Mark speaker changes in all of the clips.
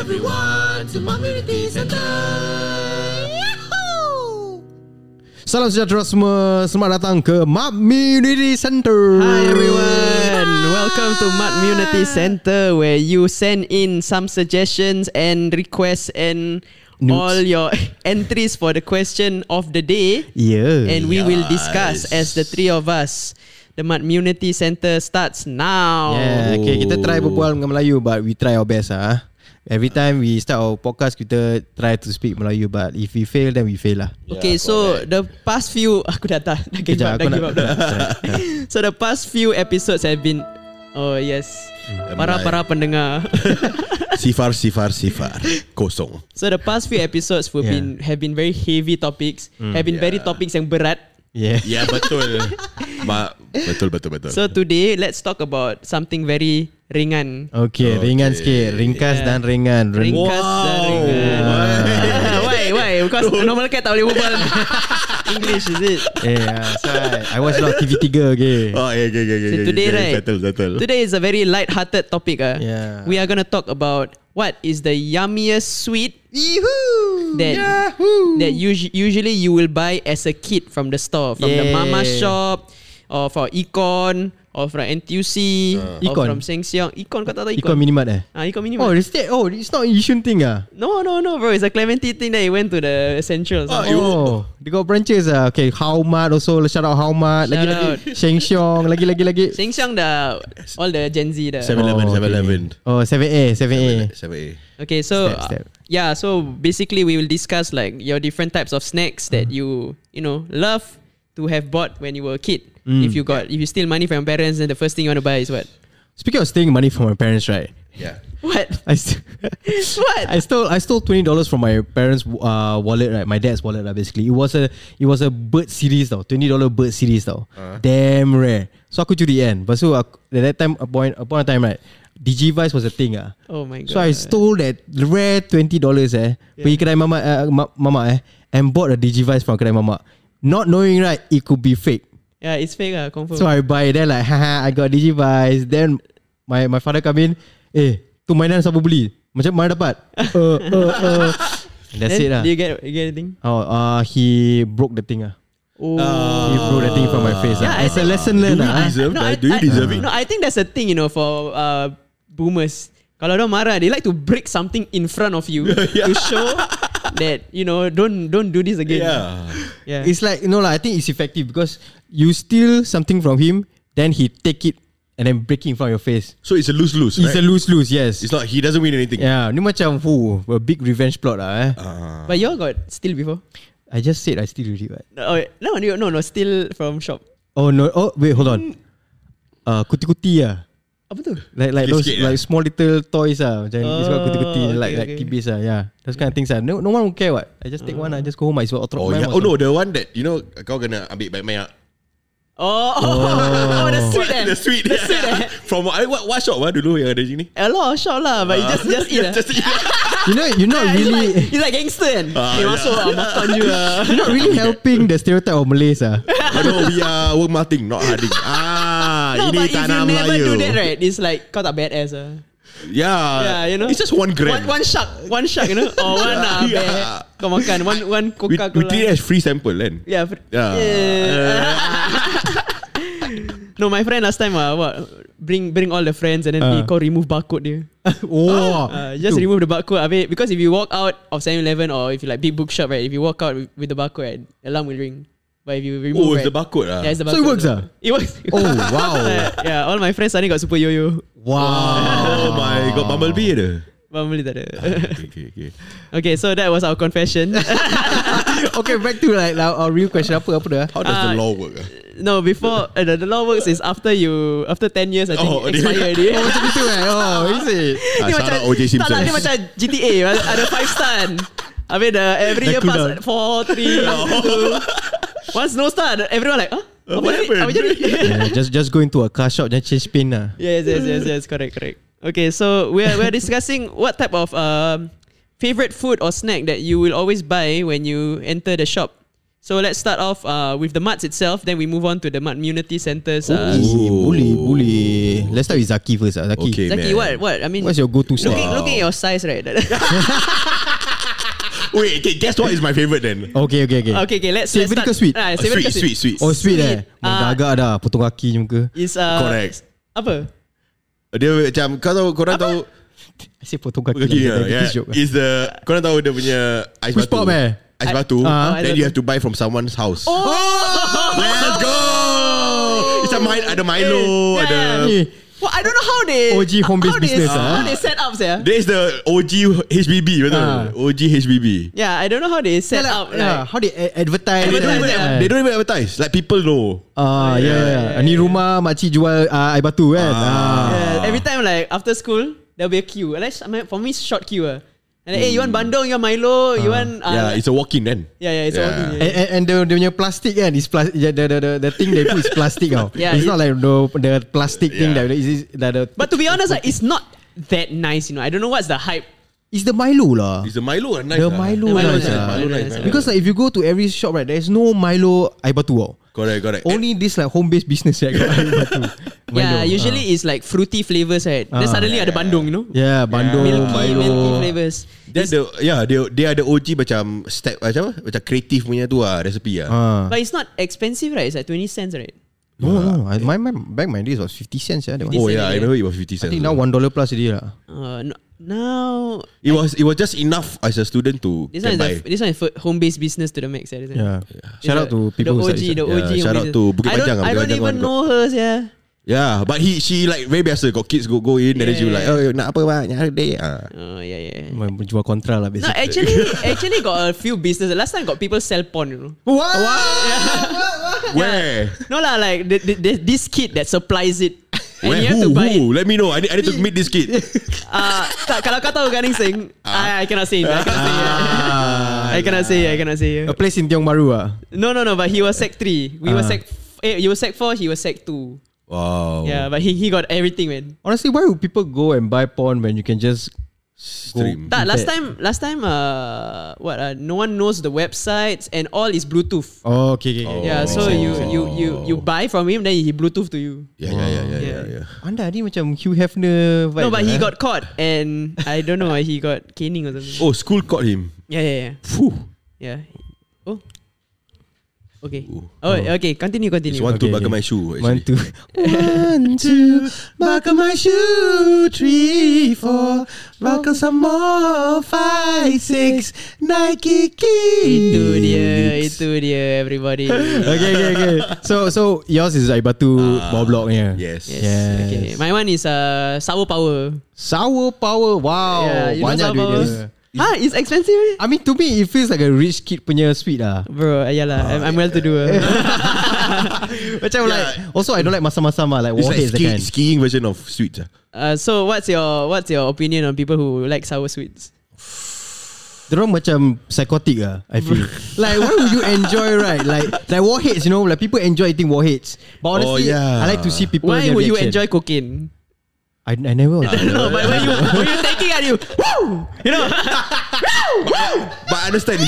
Speaker 1: everyone to Community Center.
Speaker 2: Salam sejahtera semua Selamat datang ke Community Center
Speaker 3: Hi everyone! Welcome to Mud Community Center where you send in some suggestions and requests and
Speaker 2: Nudes.
Speaker 3: all your entries for the question of the day.
Speaker 2: Yeah
Speaker 3: And we will discuss as the three of us. The Mud Community Center starts now.
Speaker 2: Yeah, Ya, okay, kita try berbual dengan Melayu but we try our best ah. Every time we start our podcast kita try to speak Melayu but if we fail then we fail lah.
Speaker 3: Okay, so the past few aku dah tak dah give up, dah give up dah. so the past few episodes have been Oh yes.
Speaker 2: Hmm.
Speaker 3: Para para pendengar.
Speaker 1: Sifar, sifar, sifar. Kosong.
Speaker 3: So the past few episodes have
Speaker 2: Yeah. Mm.
Speaker 3: been have been very heavy topics, have been very topics yang berat.
Speaker 2: Yeah.
Speaker 1: Ya, betul. Ma, Ah, betul, betul, betul.
Speaker 3: So today let's talk about something very ringan.
Speaker 2: Okay, okay, ringan sikit, ringkas yeah.
Speaker 3: Yeah.
Speaker 2: dan ringan. Ring-
Speaker 3: Ringkas dan ringan. why? Why? Because normal cat tak boleh berbual English is it?
Speaker 2: yeah, so Eh, I, I watch a lot of TV3 okay.
Speaker 1: Oh, yeah, yeah, yeah, yeah.
Speaker 3: So today right?
Speaker 1: Settle, settle.
Speaker 3: Today is a very light-hearted topic. ah.
Speaker 2: Yeah.
Speaker 3: We are gonna talk about what is the yummiest sweet
Speaker 2: Yahoo!
Speaker 3: that that
Speaker 2: Hmm.
Speaker 3: usu- usually you will buy as a kid from the store, from the mama
Speaker 2: Yeah.
Speaker 3: shop, or for Econ, or from NTUC, or
Speaker 2: Uh. Econ.
Speaker 3: from Sheng Siong. Econ kau tak tahu
Speaker 2: Ikon
Speaker 3: Econ?
Speaker 2: minimat eh.
Speaker 3: Ah, Econ Mini.
Speaker 2: Oh, it's that, oh, it's not Yishun thing ah.
Speaker 3: No, no, no, bro. It's a Clementi thing that you went to the Central.
Speaker 1: Oh,
Speaker 3: Oh,
Speaker 1: you-
Speaker 2: Oh, they got branches ah. Okay, Haumat also, shout out Haumat. Lagi
Speaker 3: Shout
Speaker 2: lagi
Speaker 3: out.
Speaker 2: Sheng Siong, lagi lagi lagi.
Speaker 3: Sheng Siong dah all the Gen Z dah.
Speaker 1: Seven- 7-Eleven, 7-Eleven.
Speaker 2: Oh, 7A,
Speaker 3: Eh.
Speaker 2: 7A.
Speaker 1: Sampai.
Speaker 3: Okay, so
Speaker 2: Step, step.
Speaker 3: uh, yeah, so basically we will discuss like your different types of snacks that
Speaker 2: Mm.
Speaker 3: you you know love to have bought when you were a kid.
Speaker 2: Mm.
Speaker 3: If you got if you steal money from your parents, then the first thing you want to buy is what?
Speaker 2: Speaking of stealing money from my parents, right?
Speaker 1: Yeah.
Speaker 3: What?
Speaker 2: I st-
Speaker 3: what?
Speaker 2: I stole I stole twenty dollars from my parents' uh, wallet, right? My dad's wallet, lah. Basically, it was a it was a bird series, though. Twenty dollar bird series, though. Damn rare. So aku curi kan. But so aku, at that time, upon upon a time, right? Digivice was a thing, ah.
Speaker 3: oh my god.
Speaker 2: So I stole that rare twenty dollars, eh? Pergi kedai mama, uh, ma- mama, eh, and bought a digivice from kedai mama, not knowing right it could be fake.
Speaker 3: Yeah, it's fake ah, confirm.
Speaker 2: So I buy then like haha I got digivice then my my father come in eh tu mainan siapa beli macam mana dapat uh, uh, uh. that's
Speaker 3: Then
Speaker 1: ah.
Speaker 2: it lah
Speaker 3: Do you get you get anything?
Speaker 2: oh uh, he broke the thing ah
Speaker 1: Uh,
Speaker 3: Oh.
Speaker 2: he broke the thing from my face
Speaker 3: Yeah,
Speaker 2: ah.
Speaker 3: I
Speaker 2: it's a
Speaker 3: think-
Speaker 2: lesson learned
Speaker 1: Do we
Speaker 2: ah.
Speaker 1: deserve
Speaker 3: No,
Speaker 1: that?
Speaker 3: I-
Speaker 1: Do you
Speaker 3: I-
Speaker 1: deserve it?
Speaker 3: No, I think that's a thing, you know, for uh, boomers. Kalau dia marah, they like to break something in front of you to show that you know don't don't do this again.
Speaker 1: Yeah.
Speaker 3: yeah.
Speaker 2: it's like you know lah I think it's effective because you steal something from him then he take it and then break it in front of your face
Speaker 1: So it's a lose-lose,
Speaker 2: it's a
Speaker 1: right?
Speaker 2: lose lose yes
Speaker 1: It's not, he doesn't win anything.
Speaker 2: yeah ni macam who a big revenge plot lah eh
Speaker 1: Ah.
Speaker 3: But you all got steal before?
Speaker 2: I just said I steal already what
Speaker 3: Oh, no, no, no, no, steal from shop.
Speaker 2: Oh no! Oh wait, hold on. Uh, kuti-kuti ah.
Speaker 3: Apa tu?
Speaker 2: Like like those
Speaker 1: Biscuit ah.
Speaker 2: like small little toys ah. Macam it's called kuti-kuti
Speaker 3: okay,
Speaker 2: like like
Speaker 3: okay.
Speaker 2: kibis ah. Yeah. Those kind of things ah. No no one will care what. I just take one I just go home I just auto.
Speaker 1: Oh, yeah. oh no, the one that, you know, kau kena ambil baik banyak.
Speaker 3: Oh, oh, the sweet eh.
Speaker 1: The sweet. The sweet
Speaker 3: eh?
Speaker 1: From I, what, what shop ah dulu yang ada sini?
Speaker 3: A lot of shop lah, but you just just eat.
Speaker 1: Yeah,
Speaker 3: lah.
Speaker 1: Uh, just eat.
Speaker 2: You know you're not
Speaker 3: It's like,
Speaker 2: really
Speaker 3: it's like gangster kan
Speaker 1: Ah,
Speaker 3: Dia
Speaker 1: yeah.
Speaker 3: masuk ah, makan je ah.
Speaker 2: you're not really helping the stereotype of Malays ah.
Speaker 1: Oh, no, we are Wong Martin, not Harding. Ah,
Speaker 3: No
Speaker 1: ini
Speaker 3: but if you
Speaker 1: tanah
Speaker 3: never
Speaker 1: Melayu.
Speaker 3: do that right It's like Kau tak badass ah. lah Yeah
Speaker 1: Yeah,
Speaker 3: Ya, you know
Speaker 1: Ya. Uh, It's just one gram.
Speaker 3: One, one shark One shark you know Or one ah,
Speaker 1: Yeah.
Speaker 3: bear Kau makan kan? One one
Speaker 1: we,
Speaker 3: coca
Speaker 1: we
Speaker 3: cola
Speaker 1: did it as free sample, kan?
Speaker 3: Yeah,
Speaker 1: Ya. then.
Speaker 3: fr-
Speaker 1: Yeah.
Speaker 3: No my friend last time ah, what, Bring bring all the friends And then
Speaker 2: Ah.
Speaker 1: Uh.
Speaker 3: eh, kau remove barcode dia
Speaker 2: oh.
Speaker 3: Uh, just remove the barcode Habis because if you walk out Of 7-Eleven Or if you like Big bookshop right If you walk out with, with the barcode right, Alarm will ring But if you remove
Speaker 1: Oh,
Speaker 3: right,
Speaker 1: it's the barcode lah.
Speaker 3: Yeah, it's the
Speaker 2: So it
Speaker 3: barcode.
Speaker 2: works ah?
Speaker 3: It works.
Speaker 2: Oh wow.
Speaker 3: yeah, all my friends suddenly got super yo-yo.
Speaker 1: Oh
Speaker 2: Wow.
Speaker 1: my god, Bumblebee ada.
Speaker 3: Bumble tak ada.
Speaker 1: okay, okay, okay.
Speaker 3: okay, so that was our confession.
Speaker 2: okay, back to like like, our real question apa apa dah.
Speaker 1: How does the
Speaker 3: Ah,
Speaker 1: law work? ah?
Speaker 3: no, before uh, the, the law works is after you after 10 years I think
Speaker 1: Oh,
Speaker 3: expire already.
Speaker 1: dia-
Speaker 2: Oh macam itu eh. Oh, is it?
Speaker 1: Ah, shout out O.J.
Speaker 3: tak lah,
Speaker 1: Simpson.
Speaker 3: dia macam GTA, ada 5 stun. Habis the every
Speaker 2: Dah
Speaker 3: year
Speaker 2: cool down.
Speaker 3: pass 4, 3, 2. Once no stun, everyone like, huh? Apa
Speaker 1: Uh, what
Speaker 3: jadi? Apa
Speaker 1: happened?
Speaker 3: jadi?
Speaker 2: Yeah, just just go into a car shop then change pin lah.
Speaker 3: Yes, yes, yes, yes. Correct, correct. Okay, so we're we're discussing what type of um favorite food or snack that you will always buy when you enter the shop. So let's start off uh, with the mutts itself. Then we move on to the mud community centers. Uh,
Speaker 2: Boleh, boleh, boleh. man. Let's start with Zaki first. ah. Zaki.
Speaker 1: Okay.
Speaker 3: Zaki, what
Speaker 1: man.
Speaker 3: what I mean
Speaker 2: What's your go-to snack?
Speaker 3: looking, looking at your size, right?
Speaker 1: Wait, okay, guess what is my favorite then?
Speaker 2: Okay, okay, okay.
Speaker 3: okay, okay, let's
Speaker 2: Savoury ke
Speaker 3: let's start.
Speaker 2: sweet?
Speaker 3: Ah, savoury
Speaker 1: Sweet,
Speaker 3: ke
Speaker 1: sweet, sweet.
Speaker 2: Oh, sweet, eh.
Speaker 3: Sweet. Ah.
Speaker 2: Mengagak dah potong kaki je muka.
Speaker 3: Is uh,
Speaker 1: Correct.
Speaker 3: Apa?
Speaker 1: Uh, Dia macam kau tahu korang tahu
Speaker 2: I say potong kaki. lah,
Speaker 1: Okay, yeah, yeah.
Speaker 2: diabetes joke.
Speaker 1: Is the korang tahu dia punya ais
Speaker 2: Push
Speaker 1: batu.
Speaker 2: pop, eh?
Speaker 1: Ais batu.
Speaker 3: Oh,
Speaker 2: Ah.
Speaker 1: then you have to buy from someone's house. Let's go. It's a mine ada Milo, ada
Speaker 2: Eh,
Speaker 3: Well, I don't know how they
Speaker 2: OG home
Speaker 3: how
Speaker 2: based
Speaker 3: they-
Speaker 2: business, ah.
Speaker 3: How they set up yeah.
Speaker 1: There is the OG HBB betul.
Speaker 2: Ah.
Speaker 1: OG HBB.
Speaker 3: Yeah, I don't know how they set
Speaker 2: yeah,
Speaker 3: up.
Speaker 2: yeah,
Speaker 3: Like,
Speaker 2: how they a- advertise? eh?
Speaker 1: They don't, even,
Speaker 3: Advertise,
Speaker 1: they don't even advertise. Like people know.
Speaker 2: Ah, yeah, yeah, yeah. Ni rumah makcik jual ah, air batu kan. Ah.
Speaker 3: yeah, uh, every time like after school there'll be a queue. And that's- I mean, for me it's short queue. ah. And like, hey, you want
Speaker 2: Hmm.
Speaker 3: bandung? You want Milo? You
Speaker 2: Ah,
Speaker 3: want? Uh,
Speaker 1: yeah, it's a walk-in then.
Speaker 3: yeah, yeah, it's
Speaker 1: Yeah.
Speaker 3: all.
Speaker 2: And, and, and the, the punya plastic kan is plas- the, the, the, the, the thing they put is plastic tau.
Speaker 3: Yeah,
Speaker 2: it's
Speaker 3: it-
Speaker 2: not like the the plastic thing
Speaker 1: Yeah.
Speaker 2: that is is that the
Speaker 3: But to be honest, like, it's not that nice. You know, I don't know what's the hype.
Speaker 2: it's the Milo lah.
Speaker 1: It's the Milo and nice.
Speaker 2: The
Speaker 1: lah.
Speaker 2: Milo
Speaker 3: The Milo
Speaker 2: lah.
Speaker 3: nice,
Speaker 2: sia.
Speaker 3: Milo nice, Milo
Speaker 2: Because like if you go to every shop right, there's no Milo air batu tau.
Speaker 1: correct, correct.
Speaker 2: Only this like home based business right, got air batu. Milo.
Speaker 3: Yeah, usually it's like fruity flavors, right? Then
Speaker 2: Ah.
Speaker 3: suddenly ada bandung, you know,
Speaker 2: Ah. yeah, bandung, Milo.
Speaker 3: milky, milky flavors.
Speaker 1: Then the yeah, they they are the OG macam step macam apa? Macam creative punya tu ah recipe ah.
Speaker 2: Ah.
Speaker 3: But it's not expensive, right? It's like twenty cents, right?
Speaker 2: No, no, no. I, my, my back my days was 50 cents yeah, that one.
Speaker 1: Oh yeah, I know it was 50
Speaker 2: I
Speaker 1: cents.
Speaker 2: think now one dollar plus already lah.
Speaker 3: Uh, no, now
Speaker 1: It was it was just enough as a student to
Speaker 3: this one
Speaker 1: can
Speaker 3: is
Speaker 1: buy.
Speaker 3: a, this one is home based business to the max, yeah, isn't it?
Speaker 2: Yeah.
Speaker 3: It's
Speaker 2: Shout out
Speaker 3: like
Speaker 2: to people
Speaker 3: the
Speaker 2: who
Speaker 3: OG,
Speaker 2: side-
Speaker 3: the
Speaker 1: Yeah,
Speaker 3: OG.
Speaker 1: shout out
Speaker 3: business.
Speaker 1: to Bukit
Speaker 3: I
Speaker 1: Panjang,
Speaker 3: don't, I
Speaker 1: Bukit
Speaker 3: don't
Speaker 1: Panjang
Speaker 3: even
Speaker 1: one
Speaker 3: know her, yeah.
Speaker 1: Yeah, but he she like very biasa got kids go go in yeah. and then she like oh nak apa bang nyari day ah.
Speaker 3: Oh yeah, yeah.
Speaker 2: My- Jual kontra lah
Speaker 3: No, eh,
Speaker 2: basically.
Speaker 3: actually, actually got a few business. Last time got people sell porn, you know.
Speaker 2: What?
Speaker 1: Where?
Speaker 3: No lah, like the, the, the, this kid that supplies it. And
Speaker 1: Where?
Speaker 3: you have
Speaker 1: Who?
Speaker 3: to buy
Speaker 1: Who?
Speaker 3: it.
Speaker 1: Let me know. I need, I need to meet this kid.
Speaker 3: Uh, tak, kalau kau tahu Garing Singh, I, I
Speaker 1: Ah.
Speaker 3: cannot say it. I cannot say it. I cannot say it. I cannot say it.
Speaker 2: A place in Tiong Bahru ah.
Speaker 3: No, no, no. But he was sec three. We were
Speaker 2: Ah.
Speaker 3: sec. f- Eh, you were sec four. He was sec two.
Speaker 1: wow.
Speaker 3: Yeah, but he he got everything, man.
Speaker 2: Honestly, why would people go and buy porn when you can just
Speaker 1: Stream.
Speaker 3: That
Speaker 2: Bet.
Speaker 3: last time, last time, uh, what? Uh, no one knows the websites and all is Bluetooth.
Speaker 2: Oh, okay, okay, okay.
Speaker 3: yeah, so you you you you buy from him, then he Bluetooth to you.
Speaker 1: Yeah, yeah, yeah, yeah, yeah, yeah.
Speaker 2: Anda ni macam Hugh Hefner vibe
Speaker 3: no,
Speaker 2: lah,
Speaker 3: but
Speaker 2: eh.
Speaker 3: he got caught, and I don't know why he got caning or something.
Speaker 1: Oh, school caught him.
Speaker 3: Yeah, yeah, yeah,
Speaker 1: Phew.
Speaker 3: yeah. Oh, okay.
Speaker 1: Ooh.
Speaker 3: Oh, okay. Continue,
Speaker 1: It's
Speaker 3: continue.
Speaker 1: one
Speaker 2: Okay,
Speaker 1: to buckle
Speaker 2: okay.
Speaker 1: my shoe.
Speaker 2: One, two.
Speaker 1: Actually.
Speaker 2: One, two. Buckle my shoe. Three, four. Buckle some more. Five, six. Nike kicks.
Speaker 3: Itu dia, itu dia, everybody.
Speaker 2: Okay, okay, okay. So, so yours is like batu bawah blok ni.
Speaker 1: Yes.
Speaker 2: Ah,
Speaker 3: Yes.
Speaker 2: Yes.
Speaker 3: Okay. My one is uh sour power.
Speaker 2: Sour power. Wow.
Speaker 3: Yeah, you
Speaker 2: Oh,
Speaker 3: know
Speaker 2: Banyak
Speaker 3: sour
Speaker 2: duit
Speaker 3: power?
Speaker 2: dia.
Speaker 3: Ah, it's expensive. eh?
Speaker 2: I mean, to me, it feels like a rich kid punya sweet lah.
Speaker 3: Bro, ayalah, I'm, I'm well to do. ah.
Speaker 2: Macam like, also I don't like masam-masam lah, like
Speaker 1: It's like
Speaker 2: warheads that
Speaker 1: ski,
Speaker 2: kind.
Speaker 1: skiing version of sweet. ah.
Speaker 3: Uh, so what's your what's your opinion on people who like sour sweets?
Speaker 2: Diorang macam psychotic lah, I feel. like, why would you enjoy, right? Like, like warheads, you know, like people enjoy eating warheads. But honestly,
Speaker 1: yeah.
Speaker 2: I like to see people
Speaker 3: Why
Speaker 2: their
Speaker 3: would you
Speaker 2: reaction.
Speaker 3: enjoy cocaine?
Speaker 2: I, I never.
Speaker 3: no, but when you when you taking at you, woo, you know.
Speaker 1: But I understand.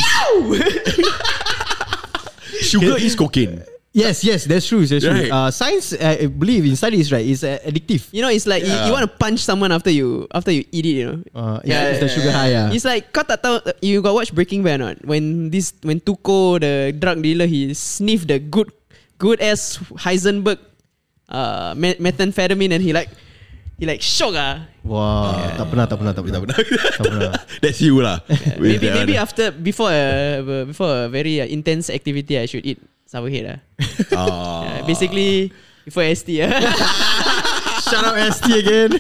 Speaker 1: Sugar is cocaine.
Speaker 2: yes, yes, that's true. That's true.
Speaker 1: Right.
Speaker 2: Uh, science, I believe in studies, right, is uh, addictive.
Speaker 3: You know, it's like you, you
Speaker 1: Yeah.
Speaker 3: want to punch someone after you after you eat it. You know,
Speaker 2: Uh, yeah, it's the sugar high. ah.
Speaker 3: It's like kau tak tahu you got watch Breaking Bad or not? When this when Tuko the drug dealer he sniffed the good good ass Heisenberg uh me- methamphetamine and he like he like shock ah.
Speaker 2: Wah, tak pernah, tak pernah, tak pernah. Tak pernah.
Speaker 1: That's you lah. With
Speaker 3: Maybe
Speaker 1: that
Speaker 3: maybe
Speaker 1: one.
Speaker 3: after before a before a very uh, intense activity I should eat sour head ah.
Speaker 1: Ah.
Speaker 3: Uh, basically before ST ah.
Speaker 2: Shout out ST again.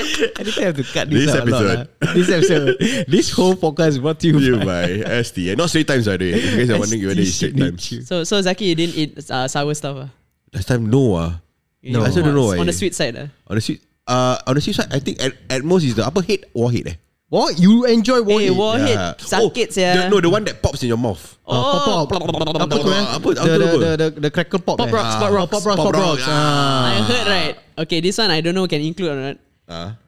Speaker 2: I think I have to cut this,
Speaker 1: This
Speaker 2: out a lot,
Speaker 1: episode.
Speaker 2: ah. This episode. This whole podcast is brought to you
Speaker 1: you
Speaker 2: by
Speaker 1: by ST. Not straight times, by the way. You guys are wondering whether it's
Speaker 2: ST
Speaker 1: straight times.
Speaker 2: Signature.
Speaker 3: so so Zaki you didn't eat uh, sour stuff ah.
Speaker 1: Last time, no ah.
Speaker 3: You
Speaker 1: I also don't know
Speaker 3: on
Speaker 1: why.
Speaker 3: the sweet side ah.
Speaker 1: On the sweet, uh, on the sweet side, I think at, at most is the upper head or head eh.
Speaker 2: What? You enjoy
Speaker 3: Hey,
Speaker 2: warhead?
Speaker 3: warhead sakit
Speaker 1: oh, the,
Speaker 3: yeah.
Speaker 1: No, the one that pops in your mouth.
Speaker 2: Oh, pop, pop. Apa tu eh?
Speaker 1: Apa- apa
Speaker 2: the,
Speaker 1: tu
Speaker 2: the,
Speaker 1: apa?
Speaker 2: the, the, the crackle pop
Speaker 3: Pop
Speaker 2: eh?
Speaker 3: rocks, pop
Speaker 2: Ah,
Speaker 3: rocks,
Speaker 2: Pop rocks, pop rocks. Ah.
Speaker 3: I heard right. Okay, this one I don't know can include or not.
Speaker 1: Ah.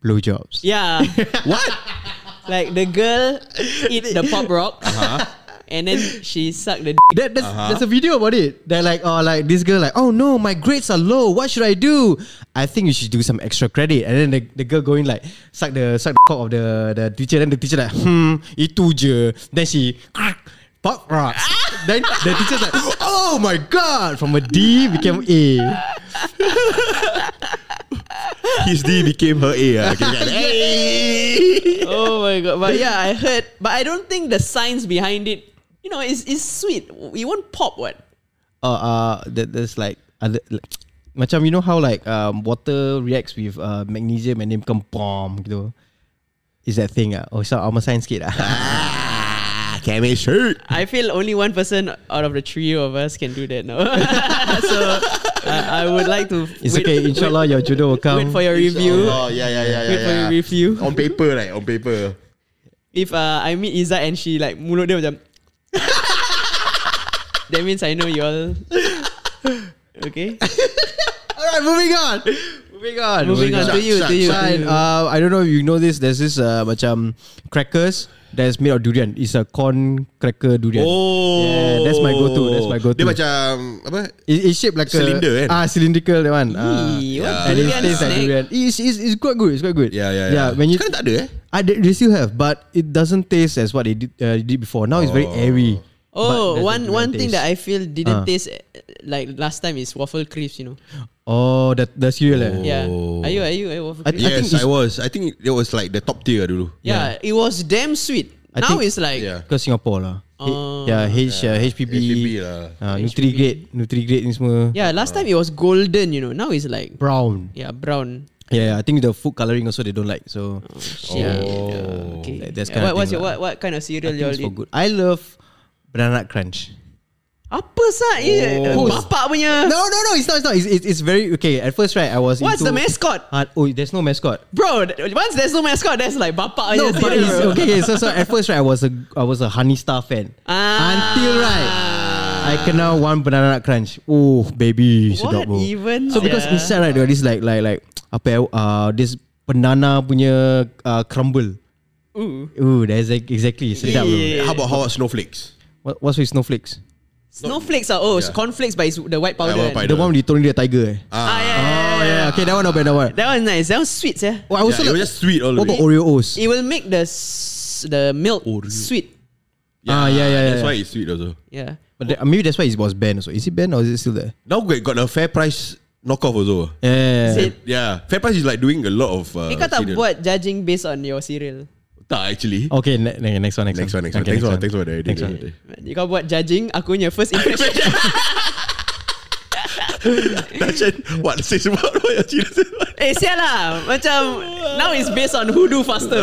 Speaker 2: Blowjobs.
Speaker 3: Yeah,
Speaker 1: What?
Speaker 3: like the girl eat the pop rock, and then she sucked the. D-
Speaker 2: That, that's, that's a video about it. They're like, oh, like this girl, like, oh no, my grades are low. What should I do? I think you should do some extra credit. And then the, the girl going like, suck the suck the cock of the the teacher. Then the teacher like, hmm, itu je. Then she pop rocks. then the teacher's like, oh my god, from a D became A.
Speaker 1: His D became her A. ah. Okay, okay. Hey!
Speaker 3: oh my god! But yeah, I heard, but I don't think the science behind it, you know, is is sweet. It won't pop. What?
Speaker 2: Oh, uh, that, that's like other. Like, macam you know how like um, water reacts with uh, magnesium and then become bomb gitu. Is that thing ah? Oh, so I'm a science kid ah.
Speaker 1: Ah, chemistry.
Speaker 3: I feel only one person out of the three of us can do that now. so uh, I I would like to.
Speaker 2: It's
Speaker 3: wait-
Speaker 2: okay. Inshallah, your judo will come.
Speaker 3: Wait for your review.
Speaker 1: Oh, yeah, yeah, yeah, yeah.
Speaker 3: Wait for
Speaker 1: yeah.
Speaker 3: your review.
Speaker 1: On paper, like on paper.
Speaker 3: If uh, I meet Izzat and she like mulut dia macam That means I know you all Okay
Speaker 2: All right, moving on. Moving on.
Speaker 3: Moving on
Speaker 1: on.
Speaker 3: to you
Speaker 1: Shark,
Speaker 3: to you,
Speaker 1: shark,
Speaker 3: to
Speaker 2: Fine.
Speaker 3: you.
Speaker 2: Uh, I don't know if you know this. There's this uh, macam crackers that's made of durian. It's a corn cracker durian.
Speaker 1: Oh,
Speaker 2: Yeah, that's my go-to, that's my go-to.
Speaker 1: Dia macam apa?
Speaker 2: It, it's shaped like a
Speaker 1: Cylinder, kan?
Speaker 2: Ah, cylindrical that one. Ah.
Speaker 3: Ee, what
Speaker 1: yeah.
Speaker 2: And it
Speaker 3: durian
Speaker 2: tastes like
Speaker 3: snack?
Speaker 2: durian. It's, it's, it's quite good. It's quite good.
Speaker 1: Yeah, yeah, yeah.
Speaker 2: Yeah, when you
Speaker 1: Sekarang tak ada eh?
Speaker 2: I did, they still have, but it doesn't taste as what they did, uh, they did before. Now it's very
Speaker 1: Oh.
Speaker 2: airy. But
Speaker 3: Oh, one
Speaker 2: that's a
Speaker 3: one
Speaker 2: durian
Speaker 3: thing that I feel
Speaker 2: Ah.
Speaker 3: didn't taste eh, like last time is waffle crisps, you know.
Speaker 2: Oh, that the cereal. eh?
Speaker 3: Yeah.
Speaker 1: Oh.
Speaker 3: Are you are you a waffle
Speaker 2: I think-
Speaker 3: crisps?
Speaker 1: Yes,
Speaker 2: it's-
Speaker 1: I, was. I think it was like the top tier dulu.
Speaker 3: yeah, it was damn sweet.
Speaker 2: I
Speaker 3: now
Speaker 2: think-
Speaker 3: it's like
Speaker 1: Yeah.
Speaker 2: Because Singapore lah. H-
Speaker 3: Oh.
Speaker 2: yeah, H, uh, HPB.
Speaker 1: HPB lah.
Speaker 2: Uh, Nutri grade, Nutri grade ni semua.
Speaker 3: yeah, last time it was golden, you know. Now it's like
Speaker 2: Brown.
Speaker 3: yeah, brown.
Speaker 2: Yeah, yeah, I think the food coloring also they don't like. So
Speaker 3: Shit.
Speaker 1: Oh.
Speaker 3: Okay.
Speaker 2: Like, that's
Speaker 3: Yeah,
Speaker 2: kinda
Speaker 3: what, what's
Speaker 2: thing
Speaker 3: your,
Speaker 2: lah.
Speaker 3: what, what kind of cereal
Speaker 2: I think
Speaker 3: Oh, you all
Speaker 2: it's for
Speaker 3: eat?
Speaker 2: good. I love banana nut crunch.
Speaker 3: Apa sah? Oh.
Speaker 1: Oh.
Speaker 3: Bapak punya.
Speaker 2: No, no, no, it's not, it's not. It's, it's, it's very okay. At first, right, I was.
Speaker 3: What's
Speaker 2: into,
Speaker 3: the mascot?
Speaker 2: Uh, oh, there's no mascot.
Speaker 3: Bro, th- once there's no mascot, there's like bapak
Speaker 2: No,
Speaker 3: punya
Speaker 2: but
Speaker 3: cereal,
Speaker 2: it's,
Speaker 3: bro.
Speaker 2: okay, okay. So, so at first, right, I was a I was a Honey Star fan.
Speaker 3: Ah.
Speaker 2: Until right, I kena one banana nut crunch. Oh, baby, sedap bro.
Speaker 3: What even?
Speaker 2: So because
Speaker 3: sia?
Speaker 2: inside right, there is like like like apa eh, uh, this banana punya uh, crumble.
Speaker 3: Ooh.
Speaker 2: Ooh, that's like, exactly sedap bro.
Speaker 3: Yeah.
Speaker 1: How about how about snowflakes?
Speaker 2: What, what's with snowflakes?
Speaker 3: Snowflakes are, oh, it's
Speaker 1: Yeah.
Speaker 3: cornflakes but it's the white powder.
Speaker 1: Yeah,
Speaker 2: Oh,
Speaker 3: and-
Speaker 1: white powder.
Speaker 2: The one where you throwing the tiger. Eh?
Speaker 3: Ah, yeah, yeah,
Speaker 2: Oh
Speaker 3: yeah, yeah.
Speaker 2: yeah, okay, that one not bad, that one.
Speaker 3: That one's nice. That one's sweet, yeah.
Speaker 2: Oh, I
Speaker 1: Yeah,
Speaker 2: also
Speaker 1: it was
Speaker 2: like,
Speaker 1: just sweet all the
Speaker 2: what about
Speaker 1: way.
Speaker 2: Oreo O's?
Speaker 3: It will make the s- the milk
Speaker 2: Oh,
Speaker 3: sweet.
Speaker 2: ah, yeah, yeah, yeah.
Speaker 1: That's why
Speaker 2: yeah.
Speaker 1: it's sweet also.
Speaker 3: Yeah.
Speaker 2: But that, maybe that's why it was banned. So is it banned or is it still there?
Speaker 1: Now we got a fair price knockoff also.
Speaker 2: Yeah.
Speaker 3: Is it?
Speaker 1: Yeah, fair price is like doing a lot of.
Speaker 3: Eh,
Speaker 1: Uh,
Speaker 3: kau tak
Speaker 1: cereal.
Speaker 3: buat judging based on your cereal.
Speaker 1: Tak actually.
Speaker 2: Okay, ne- ne- next one, next,
Speaker 1: Next one, next one.
Speaker 2: Okay,
Speaker 1: Thanks for thanks for the idea.
Speaker 2: Next one.
Speaker 3: Kau buat judging, aku punya first impression.
Speaker 1: Dashan, what says about what your children says?
Speaker 3: Eh sial lah Macam Now it's based on who do faster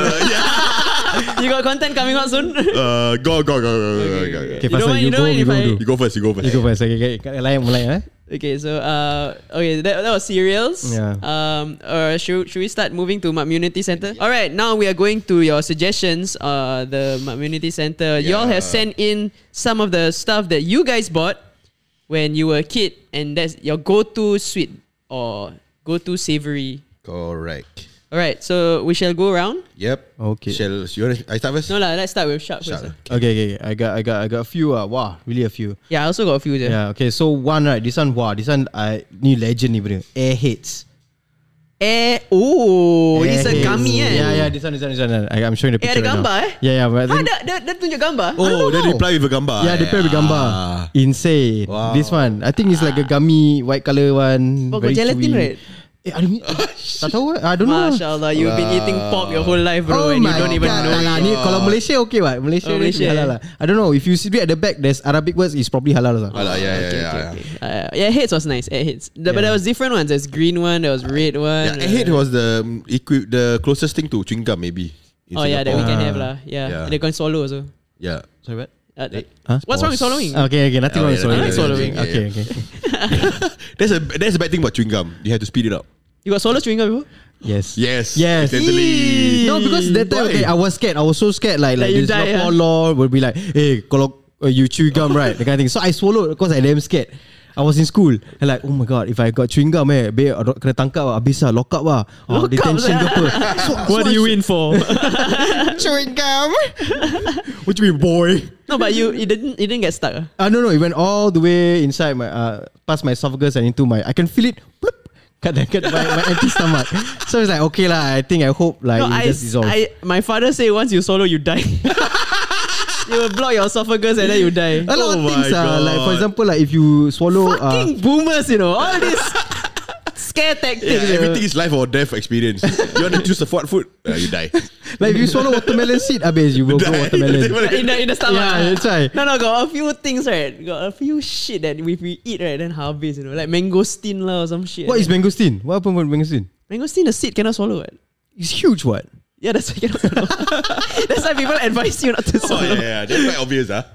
Speaker 3: You got content coming out soon
Speaker 1: Uh, go go go go go go. go.
Speaker 2: Okay,
Speaker 3: You know
Speaker 2: Faisal, you
Speaker 3: what, you know
Speaker 2: go,
Speaker 3: what,
Speaker 2: you
Speaker 3: if
Speaker 2: go,
Speaker 3: I-
Speaker 2: do.
Speaker 1: You go first. You go first.
Speaker 2: You go first. Okay, okay. okay. Layan, melayan eh.
Speaker 3: Okay so uh, Okay that, that was cereals
Speaker 2: Yeah.
Speaker 3: um, uh, should, should we start moving to Community Centre? Alright now we are going to your suggestions uh, The Community Centre Y'all have
Speaker 1: Yeah.
Speaker 3: sent in Some of the stuff that you guys bought When you were a kid And that's your go-to sweet Or go-to savory
Speaker 1: Correct.
Speaker 3: Alright so we shall go around
Speaker 1: Yep.
Speaker 2: Okay.
Speaker 1: Shall you want I start first?
Speaker 3: No lah let's start with Sharp
Speaker 1: Sharp.
Speaker 3: first lah.
Speaker 2: Okay, okay, okay. I got, I got, I got a few. Ah, wow, really a few.
Speaker 3: Yeah I also got a few there
Speaker 2: Yeah. Okay. So one right. This one. Wow. This one. I new legend ni bro. Airheads.
Speaker 3: Eh, oh, it's a
Speaker 2: Airheads.
Speaker 3: gummy kan?
Speaker 2: Eh, Yeah, yeah. This one, this one, this one. I, I'm showing the
Speaker 3: Eh,
Speaker 2: picture.
Speaker 3: ada
Speaker 2: right
Speaker 3: gambar,
Speaker 2: now.
Speaker 3: eh?
Speaker 2: Yeah, yeah. But I
Speaker 3: Ah,
Speaker 2: think,
Speaker 3: dia, dia dia tunjuk gambar.
Speaker 1: Oh,
Speaker 2: don't
Speaker 1: then
Speaker 2: know.
Speaker 1: reply with a gambar.
Speaker 2: yeah, the pair with gambar.
Speaker 1: Ah.
Speaker 2: Insane.
Speaker 1: Wow.
Speaker 2: This one. I think it's like a gummy white color one.
Speaker 3: Oh,
Speaker 2: very
Speaker 3: got gelatin,
Speaker 2: chewy.
Speaker 3: right?
Speaker 2: Eh, I don't,
Speaker 1: Oh,
Speaker 2: tak tahu. eh. I don't know.
Speaker 3: Masya Allah, you've been eating pork your whole life, bro, and you
Speaker 2: Oh my
Speaker 3: don't even
Speaker 2: God.
Speaker 3: know.
Speaker 2: Tak lah, ni kalau Malaysia okay what? Malaysia, oh,
Speaker 3: Oh,
Speaker 2: Malaysia
Speaker 3: Malaysia,
Speaker 2: halal
Speaker 3: eh.
Speaker 2: lah. I don't know. If you see it at the back, there's Arabic words. It's probably halal lah.
Speaker 1: Alah, yeah, yeah, yeah. yeah.
Speaker 3: Uh, yeah, heads was nice. Eh, heads. The, But there was different ones. There's green one. There was red one. uh,
Speaker 1: Yeah, head was the um, equi- the closest thing to chewing gum maybe. in
Speaker 3: Oh yeah, that we
Speaker 1: Singapore.
Speaker 3: can
Speaker 2: Ah.
Speaker 3: have lah. Yeah,
Speaker 1: Yeah.
Speaker 3: yeah. they can swallow also.
Speaker 1: Yeah.
Speaker 2: Sorry what?
Speaker 3: Uh, th-
Speaker 2: Huh?
Speaker 3: What's wrong with swallowing?
Speaker 2: Okay, okay, nothing wrong with
Speaker 1: Okay,
Speaker 2: swallowing.
Speaker 1: Oh, nothing
Speaker 2: Okay,
Speaker 1: wrong with swallowing,
Speaker 2: Okay,
Speaker 1: yeah,
Speaker 2: okay.
Speaker 1: That's a that's a bad thing about chewing gum. You have to speed it up.
Speaker 3: You got swallow chewing gum before?
Speaker 2: Yes.
Speaker 1: Yes.
Speaker 2: Yes.
Speaker 1: Accidentally.
Speaker 2: No, because that time okay, I was scared. I was so scared. Like, like,
Speaker 3: Like you
Speaker 2: this
Speaker 3: die,
Speaker 2: Singapore
Speaker 3: ah.
Speaker 2: law would be like, hey, kalau uh, you chew gum, right? That kind of thing. So I swallowed because I damn scared. I was in school. I like, oh my god, if I got chewing gum eh, be kena tangkap lah, habis lah, lock up lah. Oh,
Speaker 3: Lock up
Speaker 2: detention
Speaker 3: lah.
Speaker 2: ke apa. So,
Speaker 4: What
Speaker 2: so
Speaker 4: do you
Speaker 2: I-
Speaker 4: in for?
Speaker 2: Chewing gum. what you mean, boy?
Speaker 3: No, but you it didn't it didn't get stuck. ah?
Speaker 2: Uh, no, no, it went all the way inside my, uh, past my esophagus and into my, I can feel it, bloop, cut, cut my, my empty stomach. So it's like, okay lah, I think, I hope like,
Speaker 3: No,
Speaker 2: it
Speaker 3: I,
Speaker 2: Ah, just dissolves.
Speaker 3: I my father say once you swallow you die. you will block your esophagus and then you die.
Speaker 2: A lot
Speaker 1: Oh
Speaker 2: of things
Speaker 1: my
Speaker 2: are
Speaker 1: God.
Speaker 2: like for example like if you swallow uh,
Speaker 3: Fucking boomers, you know all these scare tactics. you
Speaker 1: Yeah,
Speaker 3: know.
Speaker 1: everything is life or death experience. you want to choose a fast food, uh, you die.
Speaker 2: like if you swallow watermelon seed, abis you will go watermelon.
Speaker 3: in the in the stomach.
Speaker 2: Yeah, that's right.
Speaker 3: No, no, got a few things right. Got a few shit that if we eat right, then harvest, you know, like mangosteen lah or some shit.
Speaker 2: What is mangosteen? What happened with mangosteen?
Speaker 3: mangosteen? The seed cannot swallow it.
Speaker 2: It's huge. What?
Speaker 3: Yeah, that's why cannot swallow. that's why people advise you not to
Speaker 1: Oh,
Speaker 3: swallow.
Speaker 1: yeah, yeah, that's quite obvious, ah.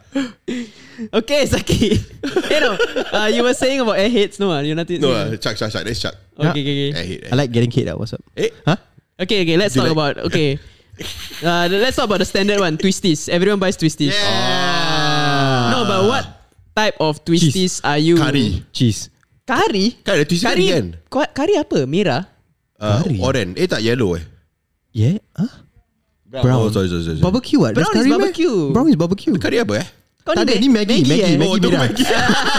Speaker 3: Okay, Saki. you know, uh, you were saying about airheads, no? ah? You're not.
Speaker 1: No, uh, Chuck, Chuck, Chuck. That's Chuck.
Speaker 3: Okay, okay, okay.
Speaker 1: I hate
Speaker 2: I like getting hate. That what's up?
Speaker 1: Eh?
Speaker 2: Huh?
Speaker 3: Okay, okay, let's
Speaker 1: Do you
Speaker 3: talk
Speaker 1: like-
Speaker 3: about okay. Uh, let's talk about the standard one, twisties. Everyone buys twisties. No, but what type of twisties are you?
Speaker 1: Curry.
Speaker 2: Cheese.
Speaker 3: Curry.
Speaker 1: Kan ada twisties
Speaker 3: Curry.
Speaker 1: lagi kan?
Speaker 3: Kau- Curry apa? Merah.
Speaker 1: Uh,
Speaker 2: Curry.
Speaker 1: orange. Eh, tak yellow eh.
Speaker 2: Yeah. Huh?
Speaker 1: Oh,
Speaker 2: Brown.
Speaker 1: sorry, sorry, sorry. sorry.
Speaker 2: Barbecue. What? That's
Speaker 3: Brown is
Speaker 2: curry meh?
Speaker 3: barbecue.
Speaker 2: Brown is barbecue.
Speaker 1: Curry apa eh?
Speaker 3: Kau
Speaker 2: Tak ada, ni Maggi, Maggi,
Speaker 3: eh?
Speaker 1: Oh,
Speaker 2: Maggi
Speaker 1: tu
Speaker 2: merah.
Speaker 1: Maggi.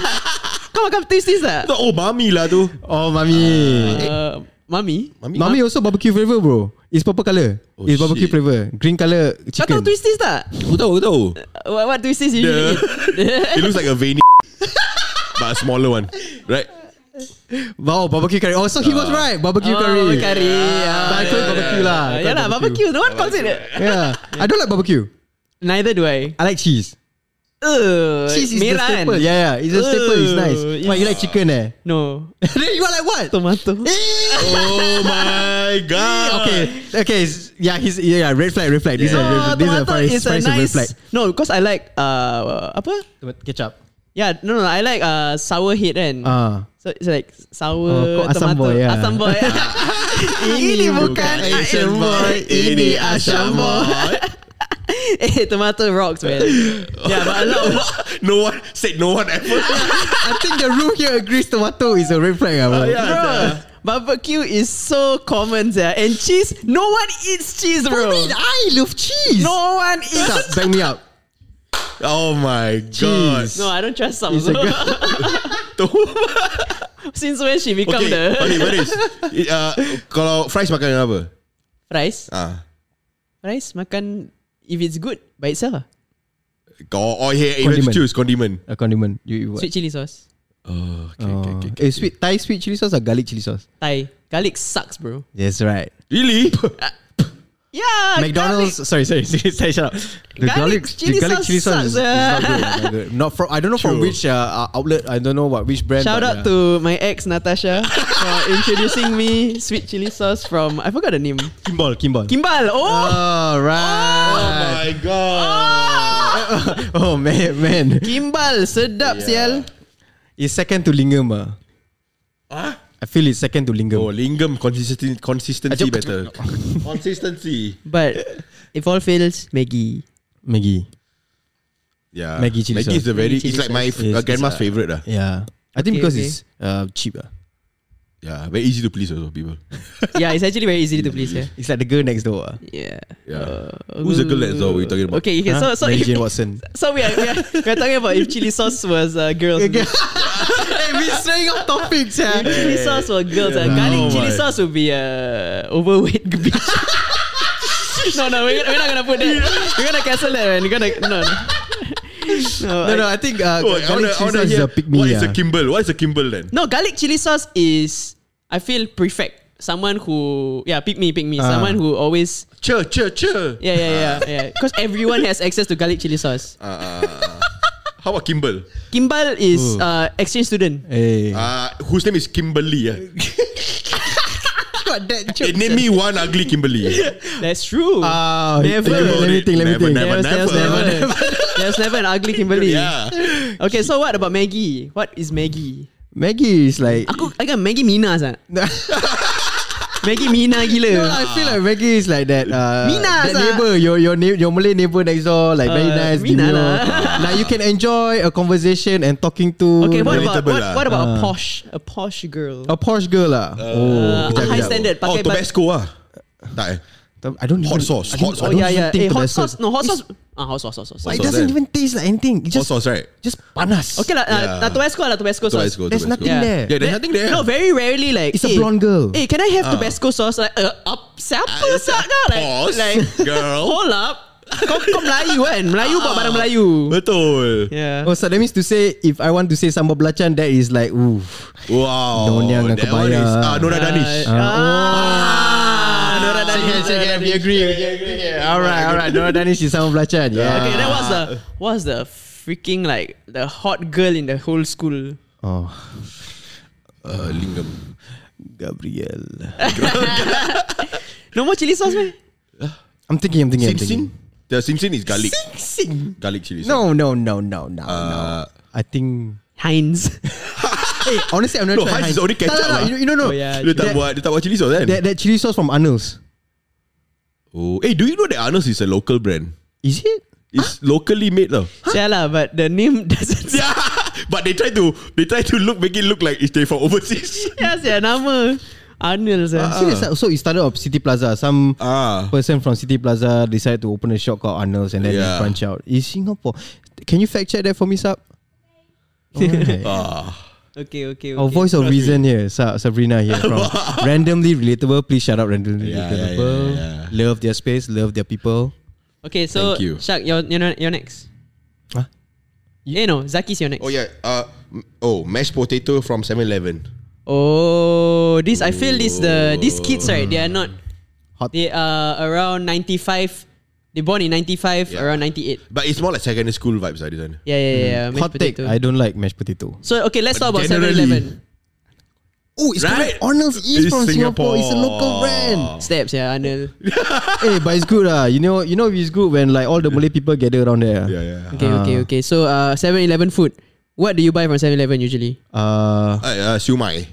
Speaker 3: Kau makan twisties tak?
Speaker 1: Oh, mami lah tu.
Speaker 2: Oh, mami.
Speaker 1: Ah,
Speaker 3: Uh, mami.
Speaker 1: Mami.
Speaker 2: Mami also barbecue flavor, bro. It's purple color.
Speaker 1: Oh,
Speaker 2: it's barbecue
Speaker 1: shit.
Speaker 2: flavor. Green color
Speaker 3: Kau tahu
Speaker 2: chicken.
Speaker 3: twisties tak?
Speaker 1: Aku tahu, aku tahu.
Speaker 3: Uh, What, what twisties you
Speaker 1: The,
Speaker 3: usually eat?
Speaker 1: it looks like a veiny but a smaller one. Right?
Speaker 2: Wow, barbecue curry. Oh, so he
Speaker 1: Ah.
Speaker 2: was right. Barbecue
Speaker 3: Oh,
Speaker 2: curry. Ah,
Speaker 3: curry. Yeah,
Speaker 2: But I call it barbecue lah. I call
Speaker 3: yeah
Speaker 2: it
Speaker 3: lah, barbecue. No one calls it. that.
Speaker 2: Yeah. I don't like barbecue.
Speaker 3: Neither do I.
Speaker 2: I like cheese.
Speaker 3: Uh,
Speaker 2: Cheese is
Speaker 3: merah
Speaker 2: the
Speaker 3: kan?
Speaker 2: staple. Yeah, yeah. It's a staple. It's nice.
Speaker 3: Ugh,
Speaker 2: Why you like chicken eh?
Speaker 3: No.
Speaker 2: Then you are like what? Eh,
Speaker 3: Tomato.
Speaker 1: Oh my god.
Speaker 2: okay, okay. it's- Yeah, he's yeah. Red flag, red flag. These
Speaker 1: Yeah.
Speaker 2: are red,
Speaker 3: Oh,
Speaker 2: these are
Speaker 3: tomato
Speaker 2: price,
Speaker 3: is a
Speaker 2: price of red flag.
Speaker 3: nice. No, because I like uh apa?
Speaker 2: Ketchup.
Speaker 3: Yeah, no, no, I like uh sour head and
Speaker 2: Ah,
Speaker 3: so it's like sour
Speaker 2: Oh, kau asam
Speaker 3: tomato.
Speaker 2: boy, yeah.
Speaker 3: Asam boy.
Speaker 2: Ini bukan Asian boy, ini Asian boy.
Speaker 3: eh, tomato rocks, man. yeah, but a lot, a lot.
Speaker 1: No one said no one ever.
Speaker 2: I think the room here agrees. Tomato is a red flag. ah, bro.
Speaker 1: yeah.
Speaker 3: Bro, barbecue is so common, yeah. And cheese, no one eats cheese,
Speaker 2: I
Speaker 3: bro.
Speaker 2: mean, I love cheese.
Speaker 3: No one
Speaker 2: Stop,
Speaker 3: eats.
Speaker 2: back me up.
Speaker 1: Oh my god.
Speaker 3: No, I don't trust some.
Speaker 2: It's a girl.
Speaker 3: Since when she become
Speaker 1: Okay, okay,
Speaker 3: the
Speaker 1: Baris. I- Uh, kalau fries makan dengan apa?
Speaker 3: fries?
Speaker 1: Ah,
Speaker 3: Fries makan if it's good by itself. ah.
Speaker 1: kau oh here you have to
Speaker 2: Condiment.
Speaker 1: choose condiment.
Speaker 2: A condiment. You eat what?
Speaker 3: Sweet chili sauce.
Speaker 1: Oh, okay,
Speaker 2: Oh.
Speaker 1: okay, okay, okay.
Speaker 2: Eh, sweet Thai sweet chili sauce or garlic chili sauce?
Speaker 3: Thai. Garlic sucks, bro.
Speaker 2: Yes, right.
Speaker 1: Really?
Speaker 3: Yeah.
Speaker 2: McDonald's. Sorry, sorry, sorry, sorry. Shut up. The
Speaker 3: Garlic
Speaker 2: garlic,
Speaker 3: chili
Speaker 2: the garlic
Speaker 3: sauce
Speaker 2: chili sauce is, is
Speaker 3: sucks,
Speaker 2: not good. Not, good. Not from. I don't know from
Speaker 1: True.
Speaker 2: which uh, uh, outlet. I don't know what which brand.
Speaker 3: Shout out
Speaker 2: but, yeah.
Speaker 3: to my ex Natasha for introducing me sweet chili sauce from I forgot the name.
Speaker 2: Kimball. Kimball.
Speaker 3: Kimbal. Oh,
Speaker 2: Oh
Speaker 1: Oh
Speaker 2: right.
Speaker 1: my god.
Speaker 2: Oh, man, man.
Speaker 3: Kimbal sedap sial.
Speaker 1: Yeah.
Speaker 2: It's second to lingam. Uh.
Speaker 1: Ah?
Speaker 2: I feel it's second to lingam.
Speaker 1: Oh, lingam consistency consistency
Speaker 2: Ajak-
Speaker 1: better. consistency.
Speaker 3: But if all fails, Maggie.
Speaker 2: Maggie.
Speaker 1: Yeah.
Speaker 2: Maggi chili
Speaker 1: Maggi is
Speaker 2: sauce.
Speaker 1: the
Speaker 3: Maggi
Speaker 1: very it's
Speaker 3: chili
Speaker 1: like my
Speaker 2: sauce. Yes,
Speaker 1: uh,
Speaker 2: it's,
Speaker 1: grandma's
Speaker 2: uh,
Speaker 1: favorite lah.
Speaker 2: Yeah. I think
Speaker 3: Okay,
Speaker 2: because
Speaker 3: okay.
Speaker 2: it's uh, cheap. Uh.
Speaker 1: Yeah, very easy to please also people.
Speaker 3: yeah, it's actually very easy to please. Yeah.
Speaker 2: It's like the girl next door. Uh.
Speaker 3: Yeah.
Speaker 1: Yeah. Who's the girl that's all we're talking about?
Speaker 3: Okay, okay.
Speaker 2: Huh?
Speaker 3: So, so
Speaker 2: Mary
Speaker 3: if,
Speaker 2: Jane Watson.
Speaker 3: so we are, we are we are talking about if chili sauce was uh, girls.
Speaker 2: Okay. hey, we're straying off topics.
Speaker 3: If chili sauce was girls. Uh,
Speaker 1: Yeah.
Speaker 3: garlic
Speaker 1: Oh
Speaker 3: chili
Speaker 1: my.
Speaker 3: sauce would be uh, overweight bitch. no, no, we're, we're not gonna put that. We're gonna cancel that. Man. We're gonna no. No,
Speaker 2: No,
Speaker 3: no,
Speaker 2: no, I think uh,
Speaker 1: Oh,
Speaker 2: garlic
Speaker 1: I wanna- I
Speaker 2: cheese
Speaker 1: wanna
Speaker 2: sauce is
Speaker 1: hear
Speaker 2: a pick me.
Speaker 1: What is
Speaker 2: ah.
Speaker 1: a Kimball? What is a Kimball then?
Speaker 3: No, garlic chili sauce is I feel perfect. Someone who yeah, pick me, pick me.
Speaker 2: Ah.
Speaker 3: Someone who always
Speaker 1: Che, che, che.
Speaker 3: yeah, yeah, yeah, yeah. Because everyone has access to garlic chili sauce.
Speaker 1: Uh, uh, how about Kimball?
Speaker 3: Kimbal is uh, exchange student.
Speaker 2: Hey.
Speaker 1: Uh, whose name is Kimberly? Yeah?
Speaker 2: got that
Speaker 1: Eh, name me one ugly Kimberly.
Speaker 3: That's true.
Speaker 2: Ah,
Speaker 3: Never.
Speaker 2: Let me, let me think. Let me
Speaker 1: Never,
Speaker 2: think.
Speaker 1: never.
Speaker 3: there's, there's
Speaker 1: never.
Speaker 3: never, there's never an ugly Kimberly.
Speaker 1: yeah.
Speaker 3: Okay, so what about Maggie? What is Maggie?
Speaker 2: Maggie is like.
Speaker 3: Aku, I got Maggie Mina sah. Maggie Mina
Speaker 2: No,
Speaker 3: gila.
Speaker 2: I feel like Maggie is like that. Uh,
Speaker 3: Mina
Speaker 2: that
Speaker 3: sah.
Speaker 2: neighbor, your your neigh- your Malay neighbor next door, like very
Speaker 3: Uh,
Speaker 2: nice.
Speaker 3: Mina
Speaker 2: demure.
Speaker 3: lah.
Speaker 2: like you can enjoy a conversation and talking to.
Speaker 3: Okay, what
Speaker 2: like,
Speaker 3: about
Speaker 1: Relatable
Speaker 3: what,
Speaker 1: lah.
Speaker 3: what about a
Speaker 2: Ah.
Speaker 3: posh a posh girl?
Speaker 2: a Porsche girl ah. lah?
Speaker 3: Uh,
Speaker 2: kejap,
Speaker 3: high
Speaker 2: kejap.
Speaker 3: standard
Speaker 1: Oh,
Speaker 3: pakai ba-
Speaker 1: Tabasco lah. Tak eh.
Speaker 2: I don't
Speaker 1: Hot
Speaker 2: even, I
Speaker 1: sauce,
Speaker 2: don't- I
Speaker 1: hot sauce.
Speaker 2: don't
Speaker 3: yeah,
Speaker 2: even
Speaker 3: yeah.
Speaker 2: think
Speaker 3: Eh, hot
Speaker 2: Tabasco-
Speaker 3: sauce. No, hot sauce. Ah, hot sauce, hot sauce.
Speaker 1: Hot
Speaker 2: It
Speaker 1: sauce
Speaker 2: doesn't
Speaker 1: eh?
Speaker 2: even taste like anything. It
Speaker 1: Hot
Speaker 2: just
Speaker 1: sauce right?
Speaker 2: just panas.
Speaker 3: Okay lah,
Speaker 1: Yeah.
Speaker 3: yeah. uh, Tabasco lah, Tabasco sauce.
Speaker 1: Tabasco,
Speaker 2: There's
Speaker 1: Tabasco.
Speaker 2: nothing
Speaker 3: Yeah.
Speaker 2: there.
Speaker 1: Yeah, there's nothing there.
Speaker 3: No, very rarely like
Speaker 2: It's a
Speaker 3: eh,
Speaker 2: blonde girl.
Speaker 3: Hey, can I have
Speaker 1: Ah.
Speaker 3: Tabasco sauce? Like, uh, up, siapa
Speaker 1: Ah,
Speaker 3: sah kau? Like,
Speaker 1: pause,
Speaker 3: like,
Speaker 1: girl.
Speaker 3: hold up. Kau, kau Melayu kan? Melayu buat barang Melayu.
Speaker 1: Betul.
Speaker 3: Yeah.
Speaker 2: Oh, so that means to say, if I want to say sambal belacan, that is like, ooh.
Speaker 1: Wow.
Speaker 2: Nonya dengan
Speaker 1: That one
Speaker 2: kebaya.
Speaker 1: is ah, Nora Danish.
Speaker 3: Ah,
Speaker 2: Uh,
Speaker 3: ah, Nora Danish.
Speaker 2: Check it, we agree. we agree.
Speaker 1: Ah.
Speaker 2: All right, all right. Nora Danish is sambal belacan. Yeah.
Speaker 3: Okay, then what's the what's the freaking like the hot girl in the whole school?
Speaker 2: Oh,
Speaker 1: Uh, Lingam.
Speaker 2: Gabriel.
Speaker 3: No more chili sauce, man.
Speaker 2: I'm thinking. I'm thinking.
Speaker 1: Sim
Speaker 2: I'm
Speaker 1: Sin.
Speaker 2: thinking.
Speaker 1: The Sim Sin is garlic.
Speaker 2: Sing sing.
Speaker 1: Garlic chili. sauce.
Speaker 2: No, no, no, no, no,
Speaker 1: Uh,
Speaker 2: no. I think.
Speaker 3: Heinz.
Speaker 2: Hey, honestly, I'm not
Speaker 1: No, Heinz is only ketchup lah.
Speaker 2: You, you know, no.
Speaker 3: Oh, yeah.
Speaker 1: Dia tak
Speaker 2: That-
Speaker 1: buat dia tak buat chili sauce kan?
Speaker 2: That that chili sauce from Arnold's.
Speaker 1: Oh, hey, do you know that Arnold's is a local brand?
Speaker 2: Is it?
Speaker 1: It's locally made lah.
Speaker 3: Yeah lah, but the name doesn't. Yeah,
Speaker 1: Yeah, but they try to they try to look make it look like it's they from overseas.
Speaker 3: yeah, Ya, nama Arnold.
Speaker 1: Uh-uh.
Speaker 2: Uh, See, that's- so it started off City Plaza. Some
Speaker 1: Ah,
Speaker 2: person from City Plaza decided to open a shop called Arnold's and then
Speaker 1: Yeah.
Speaker 2: they branch out. Is Singapore? Can you fact check that for me, Sab? Alright.
Speaker 1: ah,
Speaker 3: Okay, okay, okay.
Speaker 2: Our Oh, voice of reason here, Sa- Sabrina here from randomly relatable. Please shout out randomly
Speaker 1: Yeah, yeah,
Speaker 2: relatable.
Speaker 1: yeah, yeah.
Speaker 2: Love their space, love their people.
Speaker 3: Okay, so
Speaker 1: Thank you.
Speaker 3: Shak, you're, you're, not- you're next.
Speaker 2: Huh?
Speaker 3: Yeah, no, Zaki's your next.
Speaker 1: Oh yeah. Uh, m- oh, mashed potato from 7-Eleven.
Speaker 3: Oh, this I feel this
Speaker 1: Oh.
Speaker 3: the these kids right? They are not.
Speaker 2: Hot.
Speaker 3: They are around ninety five. They born in ninety five,
Speaker 1: Yeah.
Speaker 3: around ninety eight.
Speaker 1: But it's more like secondary school vibes, ah, this one.
Speaker 3: Yeah, yeah, yeah. yeah. mashed
Speaker 2: Hot take.
Speaker 3: potato.
Speaker 2: I don't like mashed potato.
Speaker 3: So okay, let's talk about Seven
Speaker 1: Generally.
Speaker 3: Eleven.
Speaker 2: Oh, it's correct.
Speaker 1: Right?
Speaker 2: Arnold's is
Speaker 1: It's
Speaker 2: from Singapore. It's a local
Speaker 1: Singapore.
Speaker 2: brand.
Speaker 3: Steps, yeah, Arnold.
Speaker 2: hey, but it's good lah. You know, you know, it's good when like all the Malay people gather around there. ah.
Speaker 1: Yeah, yeah.
Speaker 3: Okay, okay, okay. So uh, Seven Eleven food. What do you buy from Seven Eleven usually?
Speaker 2: Uh,
Speaker 1: Uh, uh, siumai.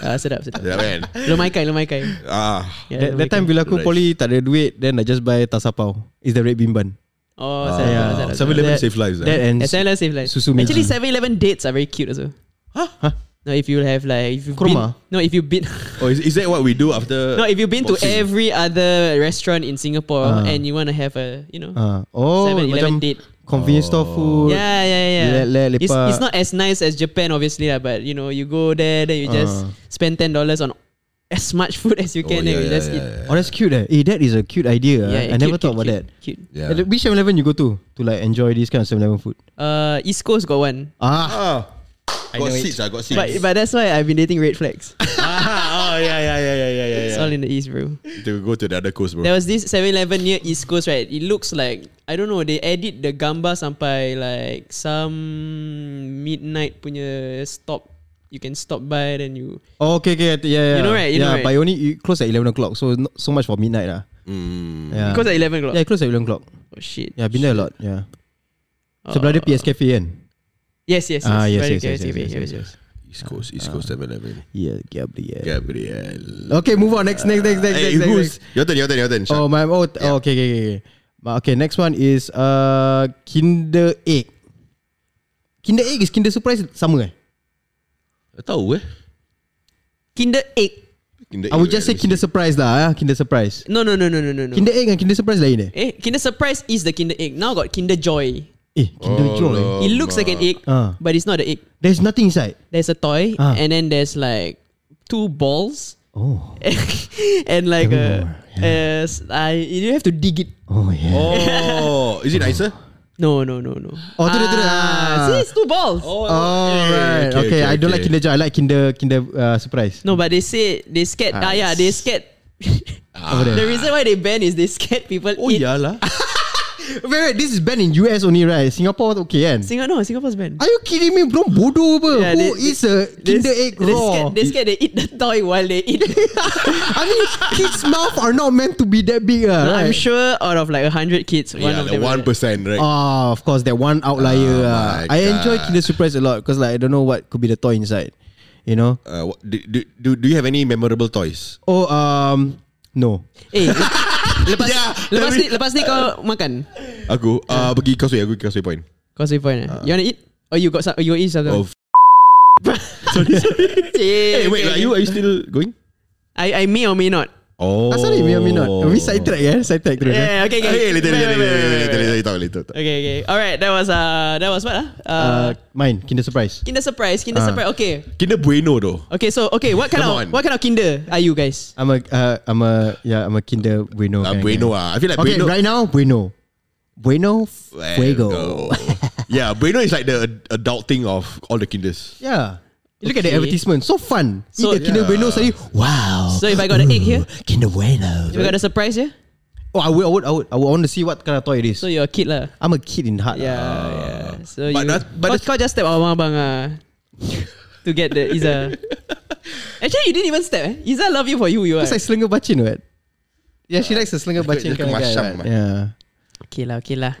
Speaker 3: Uh, sedap, sedap.
Speaker 1: Yeah, man.
Speaker 3: Lomai kai, lomai kai.
Speaker 1: Ah,
Speaker 2: that, that
Speaker 3: Yeah, lomai kai.
Speaker 2: time bila aku
Speaker 1: Rice.
Speaker 2: poly tak ada duit, then I just buy tasapau. It's the red bean bun.
Speaker 3: Oh,
Speaker 2: yeah.
Speaker 3: sedap, sedap, sedap.
Speaker 1: Ah. Seven Eleven
Speaker 2: That-
Speaker 1: save lives.
Speaker 2: That
Speaker 1: Eh?
Speaker 2: and
Speaker 3: Yeah, 7-Eleven save life.
Speaker 2: Susu Meiji.
Speaker 3: Actually, 7-Eleven dates are very cute also.
Speaker 2: Huh?
Speaker 3: No, if you have like if you've
Speaker 2: Kurma?
Speaker 3: been, no, if you've been
Speaker 1: Oh, is, is that what we do after?
Speaker 3: no, if you've been to
Speaker 1: boxing?
Speaker 3: every other restaurant in Singapore
Speaker 2: Ah.
Speaker 3: and you want to have a you know
Speaker 2: Ah, oh, macam
Speaker 3: 7-Eleven date.
Speaker 2: convenience store
Speaker 1: Oh.
Speaker 2: food.
Speaker 3: Yeah, yeah, yeah.
Speaker 2: Let- let
Speaker 3: it's,
Speaker 2: lepak.
Speaker 3: it's not as nice as Japan, obviously, lah, but you know, you go there, then you just
Speaker 2: Ah.
Speaker 3: spend ten dollars on as much food as you
Speaker 1: Oh,
Speaker 3: can, and you just eat.
Speaker 2: Oh, that's cute. Eh. Hey, that is a cute idea. eh. I
Speaker 3: cute,
Speaker 2: never
Speaker 3: cute,
Speaker 2: thought about
Speaker 3: cute,
Speaker 2: that.
Speaker 3: Cute.
Speaker 1: yeah.
Speaker 2: Eh, Which 7-Eleven you go to to like enjoy this kind of 7-Eleven food?
Speaker 3: Uh, East Coast got one,
Speaker 2: Ah,
Speaker 1: Ah, got
Speaker 2: know it.
Speaker 1: seats. I got seats.
Speaker 3: but but that's why I've been dating red flags.
Speaker 1: ah, oh yeah, yeah, yeah, yeah, yeah, yeah.
Speaker 3: It's all in the East, bro.
Speaker 1: To go to the other coast, bro.
Speaker 3: There was this 7-Eleven near East Coast, right? It looks like I don't know. They edit the gambar sampai like some midnight punya stop. You can stop by, then you
Speaker 2: oh, okay, okay, I think- yeah, yeah.
Speaker 3: You know right, you
Speaker 2: yeah,
Speaker 3: know right.
Speaker 2: but only you close at eleven o'clock, so not so much for midnight lah.
Speaker 1: Mm.
Speaker 2: Yeah.
Speaker 3: because at 11 o'clock.
Speaker 2: yeah, close at eleven o'clock.
Speaker 3: Oh shit.
Speaker 2: Yeah, I've been there a lot. Yeah,
Speaker 3: Uh,
Speaker 2: sebelah dia PS Cafe kan?
Speaker 3: Yes, yes, yes.
Speaker 2: Ah, yes,
Speaker 3: Very
Speaker 2: yes, yes,
Speaker 3: creative,
Speaker 2: yes, yes,
Speaker 3: very
Speaker 2: yes, yes.
Speaker 3: creative.
Speaker 1: East Coast, East
Speaker 2: Ah.
Speaker 1: Coast, Seven Eleven.
Speaker 2: Yeah, Gabriel.
Speaker 1: Gabriel.
Speaker 2: Okay, move on. Next, next, next, next, next,
Speaker 1: Hey,
Speaker 2: next,
Speaker 1: who's
Speaker 2: next.
Speaker 1: your turn? Your turn. Your turn. Shah.
Speaker 2: Oh, my. Oh, t- oh, okay, okay, okay, okay. But okay, next one is uh Kinder Egg. Kinder Egg is Kinder Surprise sama eh?
Speaker 1: Tahu eh?
Speaker 3: Kinder egg.
Speaker 2: I would just say Kinder Surprise lah, ah, Kinder Surprise.
Speaker 3: No, no, no, no, no, no, no.
Speaker 2: Kinder Egg and Kinder Surprise lain eh?
Speaker 3: Eh, Kinder Surprise is the Kinder egg. Now got Kinder Joy.
Speaker 2: Eh, Kinder
Speaker 1: Oh,
Speaker 2: Joy.
Speaker 1: no.
Speaker 3: it looks like an egg,
Speaker 2: Ah.
Speaker 3: but it's not an egg.
Speaker 2: There's nothing inside.
Speaker 3: There's a toy,
Speaker 2: Ah.
Speaker 3: and then there's like two balls,
Speaker 2: Oh.
Speaker 3: and like
Speaker 2: Tell me more,
Speaker 3: a, a s- I you have to dig it.
Speaker 2: Oh yeah.
Speaker 1: Oh, is it nicer?
Speaker 3: No, no, no, no.
Speaker 2: Oh, tu dia, tu dia.
Speaker 3: Ah, See, it's two balls.
Speaker 2: Oh, right. Okay, I don't like Kinder Joy. I like Kinder Kinder uh, Surprise.
Speaker 3: No, but they say they scared. Ah, yeah, they scared.
Speaker 2: Over there.
Speaker 3: The reason why they ban is they scared people
Speaker 1: Oh
Speaker 3: eat.
Speaker 1: yeah lah.
Speaker 2: Wait, wait, this is banned in US only, right? Singapore okay kan?
Speaker 3: Singapore, no, Singapore's ban.
Speaker 2: Are you kidding me? Belum bodoh apa?
Speaker 3: Yeah,
Speaker 2: Who
Speaker 3: they-
Speaker 2: eats a Kinder Egg
Speaker 3: they
Speaker 2: raw?
Speaker 3: Scared, they scared they eat the toy while they eat.
Speaker 2: I mean, kids' mouth are not meant to be that big, ah. right?
Speaker 3: I'm sure out of like hundred kids, one
Speaker 1: Yeah,
Speaker 3: of
Speaker 1: the
Speaker 3: them.
Speaker 1: one percent, right?
Speaker 2: Ah, of course, that one outlier.
Speaker 1: Oh
Speaker 2: ah.
Speaker 1: my
Speaker 2: I enjoy
Speaker 1: God.
Speaker 2: Kinder Surprise a lot because like I don't know what could be the toy inside. You know?
Speaker 1: Uh, what, do, do, do, do you have any memorable toys?
Speaker 2: Oh, um, no.
Speaker 3: Eh Lepas
Speaker 1: Yeah,
Speaker 3: Lepas
Speaker 1: tapi-
Speaker 3: ni Lepas ni kau makan
Speaker 1: Aku uh, pergi causeway Aku pergi causeway point
Speaker 3: Causeway Point eh You wanna eat Or you got some You eat something
Speaker 1: Oh f- Hey Eh, wait Are you are you still going?
Speaker 3: I, I may or may not
Speaker 1: Oh Ah,
Speaker 2: Asal ni, Ah, me not. We sidetrack eh, sidetrack terus. eh.
Speaker 3: Yeah, okay, okay.
Speaker 1: Hey
Speaker 3: Wait,
Speaker 1: later later
Speaker 3: wait, wait,
Speaker 1: later
Speaker 3: wait,
Speaker 1: later
Speaker 3: wait.
Speaker 1: later later later later.
Speaker 3: Okay, okay. All right, that was uh, that was what ah? Uh,
Speaker 2: Uh, mine, Kinder Surprise.
Speaker 3: Kinder surprise, Kinder
Speaker 2: Ah.
Speaker 3: surprise. Okay,
Speaker 1: Kinder Bueno though
Speaker 3: okay. So okay, what kind
Speaker 1: uh. Come
Speaker 3: of
Speaker 1: on.
Speaker 3: what kind of Kinder are you guys?
Speaker 2: I'm a, uh, I'm a, yeah, I'm a Kinder Bueno. guy,
Speaker 1: uh, Bueno
Speaker 2: guy.
Speaker 1: ah. I feel like
Speaker 2: Okay,
Speaker 1: Bueno
Speaker 2: right now Bueno, Bueno Fuego.
Speaker 1: yeah, Bueno is like the ad- adult thing of all the kinders.
Speaker 2: Yeah. You Look at the
Speaker 3: Okay.
Speaker 2: advertisement. So fun. So,
Speaker 3: So-
Speaker 2: Eat the Kinder
Speaker 1: Yeah.
Speaker 2: Bueno suddenly, wow.
Speaker 3: So if I got an egg here?
Speaker 2: Kinder Bueno.
Speaker 3: You got a surprise yeah?
Speaker 2: Oh, I would, I would, I would, I would want to see what kind of toy it is.
Speaker 3: So you're a kid lah.
Speaker 2: I'm a kid in heart.
Speaker 3: Yeah,
Speaker 2: Yeah.
Speaker 3: yeah. So
Speaker 1: Ah. but
Speaker 3: you,
Speaker 1: that's- but
Speaker 3: kau,
Speaker 1: that's-
Speaker 3: kau just step abang abang ah to get the Iza. Actually, you didn't even step. Eh? Iza love you for who you are.
Speaker 2: It's like slinger bachin, right? Yeah, she likes the slinger bachin
Speaker 1: like
Speaker 2: kind of guy.
Speaker 1: masam,
Speaker 2: right?
Speaker 1: ah.
Speaker 2: Yeah.
Speaker 3: okay lah, okay lah.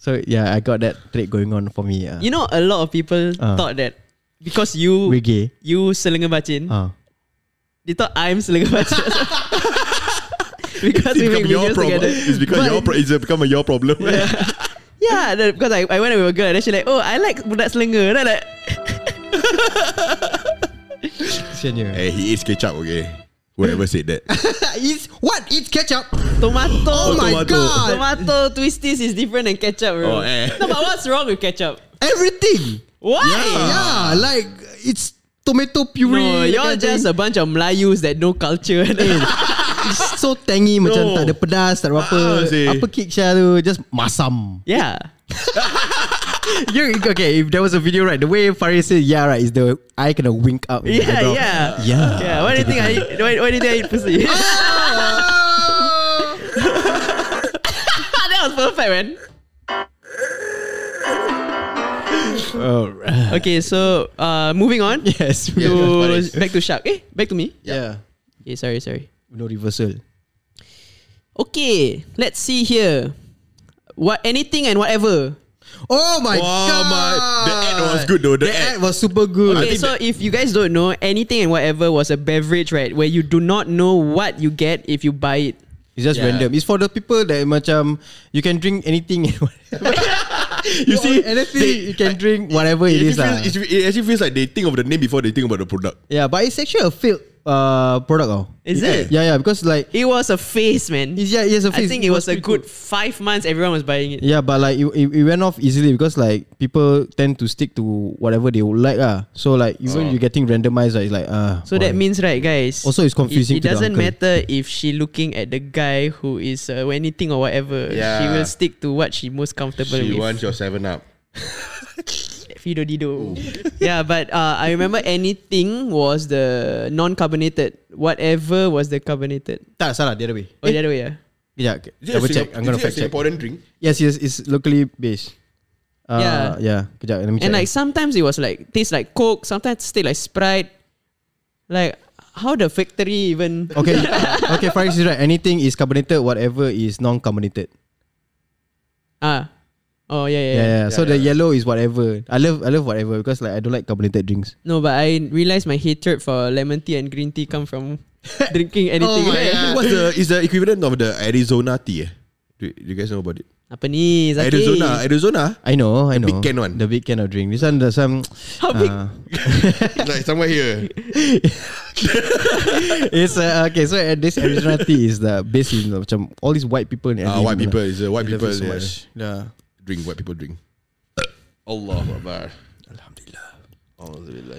Speaker 2: So yeah, I got that trait going on for me. Uh.
Speaker 3: You know, a lot of people
Speaker 2: Ah.
Speaker 3: thought that because you
Speaker 2: we're gay.
Speaker 3: you selenga bacin,
Speaker 1: Ah.
Speaker 2: Uh.
Speaker 3: they thought I'm selenga bacin. because we
Speaker 1: It's
Speaker 3: make
Speaker 1: become your
Speaker 3: videos
Speaker 1: problem.
Speaker 3: together.
Speaker 1: It's because your pro- it's become a your problem.
Speaker 3: Yeah, the, because I, I went out with a girl and then she like, oh, I like budak selenga. Then I like,
Speaker 2: Senior.
Speaker 1: hey, he eats ketchup, okay? Whoever said that.
Speaker 2: it's what? It's ketchup.
Speaker 3: tomato.
Speaker 1: Oh my tomato. God.
Speaker 3: Tomato twisties is different than ketchup, bro.
Speaker 1: Oh, eh.
Speaker 3: No, but what's wrong with ketchup?
Speaker 2: Everything.
Speaker 3: Why?
Speaker 2: Yeah, like it's tomato puree.
Speaker 3: No,
Speaker 2: that
Speaker 3: you're
Speaker 2: kind of thing.
Speaker 3: just a bunch of Melayus that no culture.
Speaker 2: It's so tangy macam
Speaker 1: No.
Speaker 2: tak ada pedas, tak ada apa.
Speaker 1: Ah, seh.
Speaker 2: apa kick Syah tu just masam.
Speaker 3: yeah.
Speaker 2: You okay, if there was a video right, the way Faris said yeah right is the eye kind of wink up. with the
Speaker 3: Yeah,
Speaker 2: eyebrow.
Speaker 3: yeah.
Speaker 2: Yeah.
Speaker 3: Yeah, why do you think I eat, why, why do you think I eat pussy?
Speaker 1: Oh.
Speaker 3: that was perfect, man.
Speaker 2: Alright.
Speaker 3: Okay, so uh, moving on
Speaker 2: Yes.
Speaker 1: Yeah.
Speaker 3: to
Speaker 1: Faris.
Speaker 3: back to Shark. Eh, back to me.
Speaker 2: Yeah.
Speaker 3: Okay, sorry, sorry.
Speaker 2: No reversal.
Speaker 3: Okay, let's see here. What anything and whatever.
Speaker 2: Oh my
Speaker 1: Wow,
Speaker 2: god.
Speaker 1: my- the ad was good though, the
Speaker 2: the ad.
Speaker 1: ad.
Speaker 2: was super good.
Speaker 3: Okay, so if you guys don't know, anything and whatever was a beverage, right? Where you do not know what you get if you buy it.
Speaker 2: It's just
Speaker 1: Yeah.
Speaker 2: random. It's for the people that macam you can drink anything and whatever.
Speaker 1: you see,
Speaker 2: anything
Speaker 1: they-
Speaker 2: you can drink whatever it
Speaker 1: it,
Speaker 2: is lah.
Speaker 1: actually feels, it, it actually feels like they think of the name before they think about the product.
Speaker 2: Yeah, but it's actually a failed uh, product. Oh.
Speaker 3: Is
Speaker 2: yeah.
Speaker 3: it?
Speaker 2: Yeah, yeah, because like
Speaker 3: It was a phase, man.
Speaker 2: it's, yeah, it's a
Speaker 3: I
Speaker 2: phase.
Speaker 3: think it was, a
Speaker 2: pretty
Speaker 3: good
Speaker 2: cool.
Speaker 3: five months. Everyone was buying it.
Speaker 2: Yeah, but like it, it, it went off easily because like people tend to stick to whatever they would like ah. So like even
Speaker 1: Oh.
Speaker 2: you're getting randomized, like, it's like ah.
Speaker 3: So
Speaker 2: why?
Speaker 3: that means, right, guys?
Speaker 2: Also, it's
Speaker 3: it-
Speaker 2: confusing
Speaker 3: It,
Speaker 2: to the
Speaker 3: doesn't
Speaker 2: uncle.
Speaker 3: matter if she looking at the guy who is uh, anything or whatever. She
Speaker 1: Yeah.
Speaker 3: will stick to what she most comfortable
Speaker 1: She
Speaker 3: with.
Speaker 1: wants your 7-Up.
Speaker 3: Fido Dido. yeah, but uh, I remember anything was the non-carbonated. Whatever was the carbonated.
Speaker 2: tak salah the other way.
Speaker 3: Oh, the other way, yeah.
Speaker 2: Yeah, double check. I'm gonna fact check.
Speaker 1: important drink?
Speaker 2: Yes, yes, it's locally based. Uh,
Speaker 3: Yeah.
Speaker 2: yeah, yeah. Kejap, let me check.
Speaker 3: And like sometimes it was like tastes like Coke, sometimes tastes like Sprite. Like how the factory even
Speaker 2: okay, okay, Faris is right. Anything is carbonated, whatever is non-carbonated.
Speaker 3: ah. Oh yeah yeah.
Speaker 2: Yeah, yeah.
Speaker 3: yeah.
Speaker 2: so the yellow is whatever. I love, I love whatever because like I don't like carbonated drinks.
Speaker 3: No, but I realized my hatred for lemon tea and green tea come from drinking
Speaker 2: Oh
Speaker 3: anything.
Speaker 1: What's the, is the equivalent of the Arizona tea? eh? Do, do you guys know about it?
Speaker 3: Apa ni? Zaki?
Speaker 1: Arizona, Arizona.
Speaker 2: I know, I know.
Speaker 1: big can one.
Speaker 2: The big can of drink. This one, the some.
Speaker 3: How big?
Speaker 2: uh,
Speaker 1: like somewhere here.
Speaker 2: it's uh, okay. So uh, this Arizona tea is the base in macam all these white people. in
Speaker 1: Ah,
Speaker 2: Arizona.
Speaker 1: white people. It's uh, white
Speaker 2: I love
Speaker 1: people
Speaker 2: it so
Speaker 1: yeah.
Speaker 2: much. Yeah.
Speaker 1: drink. White people drink. Allah Akbar. Alhamdulillah. Alhamdulillah.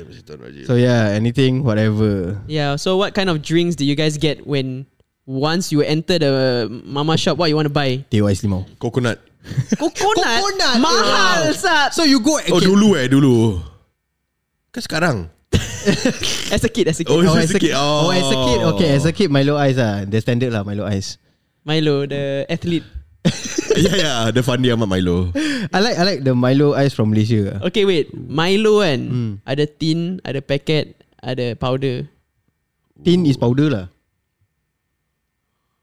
Speaker 2: So yeah, anything, whatever.
Speaker 3: Yeah. So what kind of drinks do you guys get when once you enter the mama shop? What you want to buy?
Speaker 2: Teh ais limau.
Speaker 1: Coconut.
Speaker 3: Coconut.
Speaker 2: Coconut,
Speaker 3: Mahal sah.
Speaker 2: So you go.
Speaker 1: Oh dulu eh dulu. Kan sekarang.
Speaker 3: As a kid, as a kid.
Speaker 1: Oh,
Speaker 2: Oh,
Speaker 1: As
Speaker 2: as
Speaker 1: a
Speaker 2: a kid.
Speaker 1: kid, oh.
Speaker 2: Oh, as a kid. Okay, as a kid, Milo ice ah, the standard lah, Milo ice.
Speaker 3: Milo, the athlete.
Speaker 1: yeah yeah. The Fandi Ahmad Milo.
Speaker 2: I like, I like the Milo ice from Malaysia.
Speaker 3: Okay, wait. Milo kan
Speaker 1: Hmm.
Speaker 3: ada tin, ada packet, ada powder.
Speaker 2: Tin is powder lah,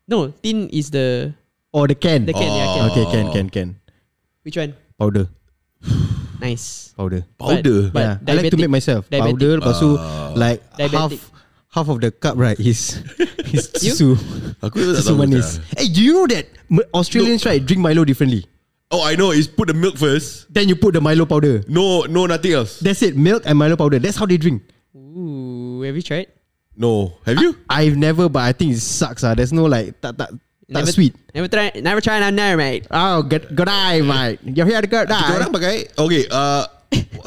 Speaker 3: No, tin is the
Speaker 2: or the can.
Speaker 1: Oh.
Speaker 3: the can. Yeah, can.
Speaker 2: Okay, can, can, can.
Speaker 3: Which one?
Speaker 2: Powder.
Speaker 3: Nice.
Speaker 2: powder.
Speaker 1: Powder.
Speaker 3: But
Speaker 2: yeah, I like to
Speaker 3: diabetic-
Speaker 2: make myself
Speaker 3: diabetic.
Speaker 2: powder. Lepas
Speaker 1: Ah.
Speaker 2: tu like
Speaker 3: Diabetic.
Speaker 2: half half of the cup right is is
Speaker 3: You?
Speaker 2: susu.
Speaker 1: Aku tak
Speaker 2: Susu
Speaker 1: tahu
Speaker 2: manis. Hey, do you know that M- Australians right drink Milo differently?
Speaker 1: Oh, I know. Is put the milk first.
Speaker 2: Then you put the Milo powder.
Speaker 1: No, no, nothing else.
Speaker 2: That's it. Milk and Milo powder. That's how they drink.
Speaker 3: Ooh, have you tried?
Speaker 1: No. Have you?
Speaker 2: I've never, but I think it sucks. Ah, there's no like tak tak tak
Speaker 3: Never
Speaker 2: sweet.
Speaker 3: Never try. Never try. Now, never mate.
Speaker 2: Oh, good good eye, mate. You're here to good
Speaker 1: Kita
Speaker 2: eye.
Speaker 1: orang pakai Okay uh,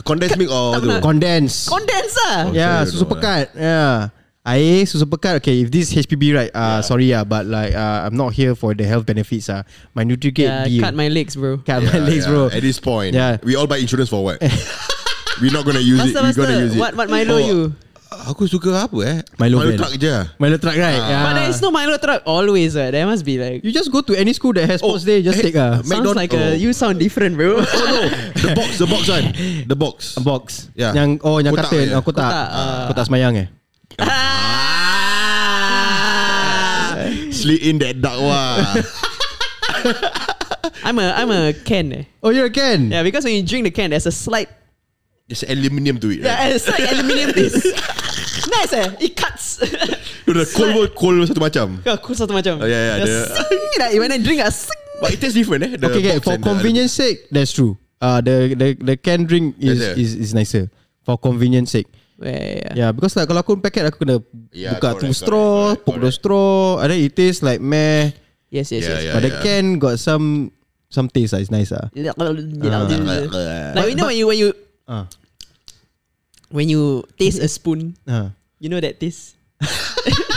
Speaker 1: Condensed milk or
Speaker 3: Tak
Speaker 1: tu
Speaker 3: pernah.
Speaker 2: Condense.
Speaker 3: Condense lah.
Speaker 1: Okay,
Speaker 2: Yeah,
Speaker 1: I don't
Speaker 2: susu
Speaker 1: know,
Speaker 2: pekat. Yeah. Air susu pekat Okay if this HPB right uh, Sorry ah, But like uh, I'm not here for the health benefits ah. My Nutrigate
Speaker 3: Yeah,
Speaker 2: deal
Speaker 3: cut my legs, bro.
Speaker 2: Cut my
Speaker 1: Yeah,
Speaker 2: legs
Speaker 1: yeah.
Speaker 2: bro
Speaker 1: At this point
Speaker 2: Yeah.
Speaker 1: We all buy insurance for what? We're not gonna use it
Speaker 3: Master,
Speaker 1: We're gonna use
Speaker 3: master.
Speaker 1: it Oh.
Speaker 3: What, what Milo you?
Speaker 1: Aku suka apa eh
Speaker 2: Milo
Speaker 1: Milo
Speaker 2: can.
Speaker 1: truck je
Speaker 2: Milo truck right
Speaker 1: Ah.
Speaker 2: yeah.
Speaker 3: But there is no Milo truck always. Uh. There must be like.
Speaker 2: You just go to any school That has
Speaker 1: Oh,
Speaker 2: sports day Just
Speaker 1: eh,
Speaker 2: take ah. a,
Speaker 1: ma-
Speaker 3: Sounds
Speaker 1: McDonald-
Speaker 3: like a.
Speaker 1: oh.
Speaker 3: You sound different, bro.
Speaker 1: Oh no The box The box one The box
Speaker 2: a box
Speaker 1: Yeah.
Speaker 2: Yang Oh yang
Speaker 1: Ya. Kotak, ya.
Speaker 2: kata
Speaker 1: yeah.
Speaker 2: yeah. Kotak
Speaker 3: Kotak, ah.
Speaker 2: Kotak semayang eh
Speaker 1: Slid in that dark one
Speaker 3: I'm a. I'm a can. Eh.
Speaker 2: Oh
Speaker 1: ya,
Speaker 2: you're a can
Speaker 3: Yeah, because when you drink the can, there's a slight
Speaker 1: There's aluminium to it right?
Speaker 3: Yeah, it's like aluminium disc. nice eh, it cuts.
Speaker 1: No, The cold one Cold satu macam
Speaker 3: Kau cool satu macam.
Speaker 1: Oh, yeah, yeah,
Speaker 3: The
Speaker 1: the-
Speaker 3: sing, like when I drink, I sing.
Speaker 1: But it tastes different eh the
Speaker 2: Okay, okay
Speaker 1: box
Speaker 2: for
Speaker 1: and the
Speaker 2: convenience sake, that's true. Uh, the the the can drink is
Speaker 1: Nicer.
Speaker 2: is is nicer for convenience sake.
Speaker 3: Yeah, yeah.
Speaker 2: Yeah, because like kalau aku packet aku kena
Speaker 1: Yeah,
Speaker 2: buka
Speaker 1: correct,
Speaker 2: two
Speaker 1: correct,
Speaker 2: straw,
Speaker 1: correct,
Speaker 2: poke the straw, and then it tastes like meh.
Speaker 3: Yes, yes,
Speaker 1: Yeah,
Speaker 3: yes.
Speaker 1: yeah.
Speaker 2: but the can got some some taste. Ah, it's nice. Ah,
Speaker 3: Like
Speaker 1: other-
Speaker 3: you know when you when you
Speaker 2: Ah.
Speaker 3: when you taste a spoon,
Speaker 2: Ah.
Speaker 3: you know that taste.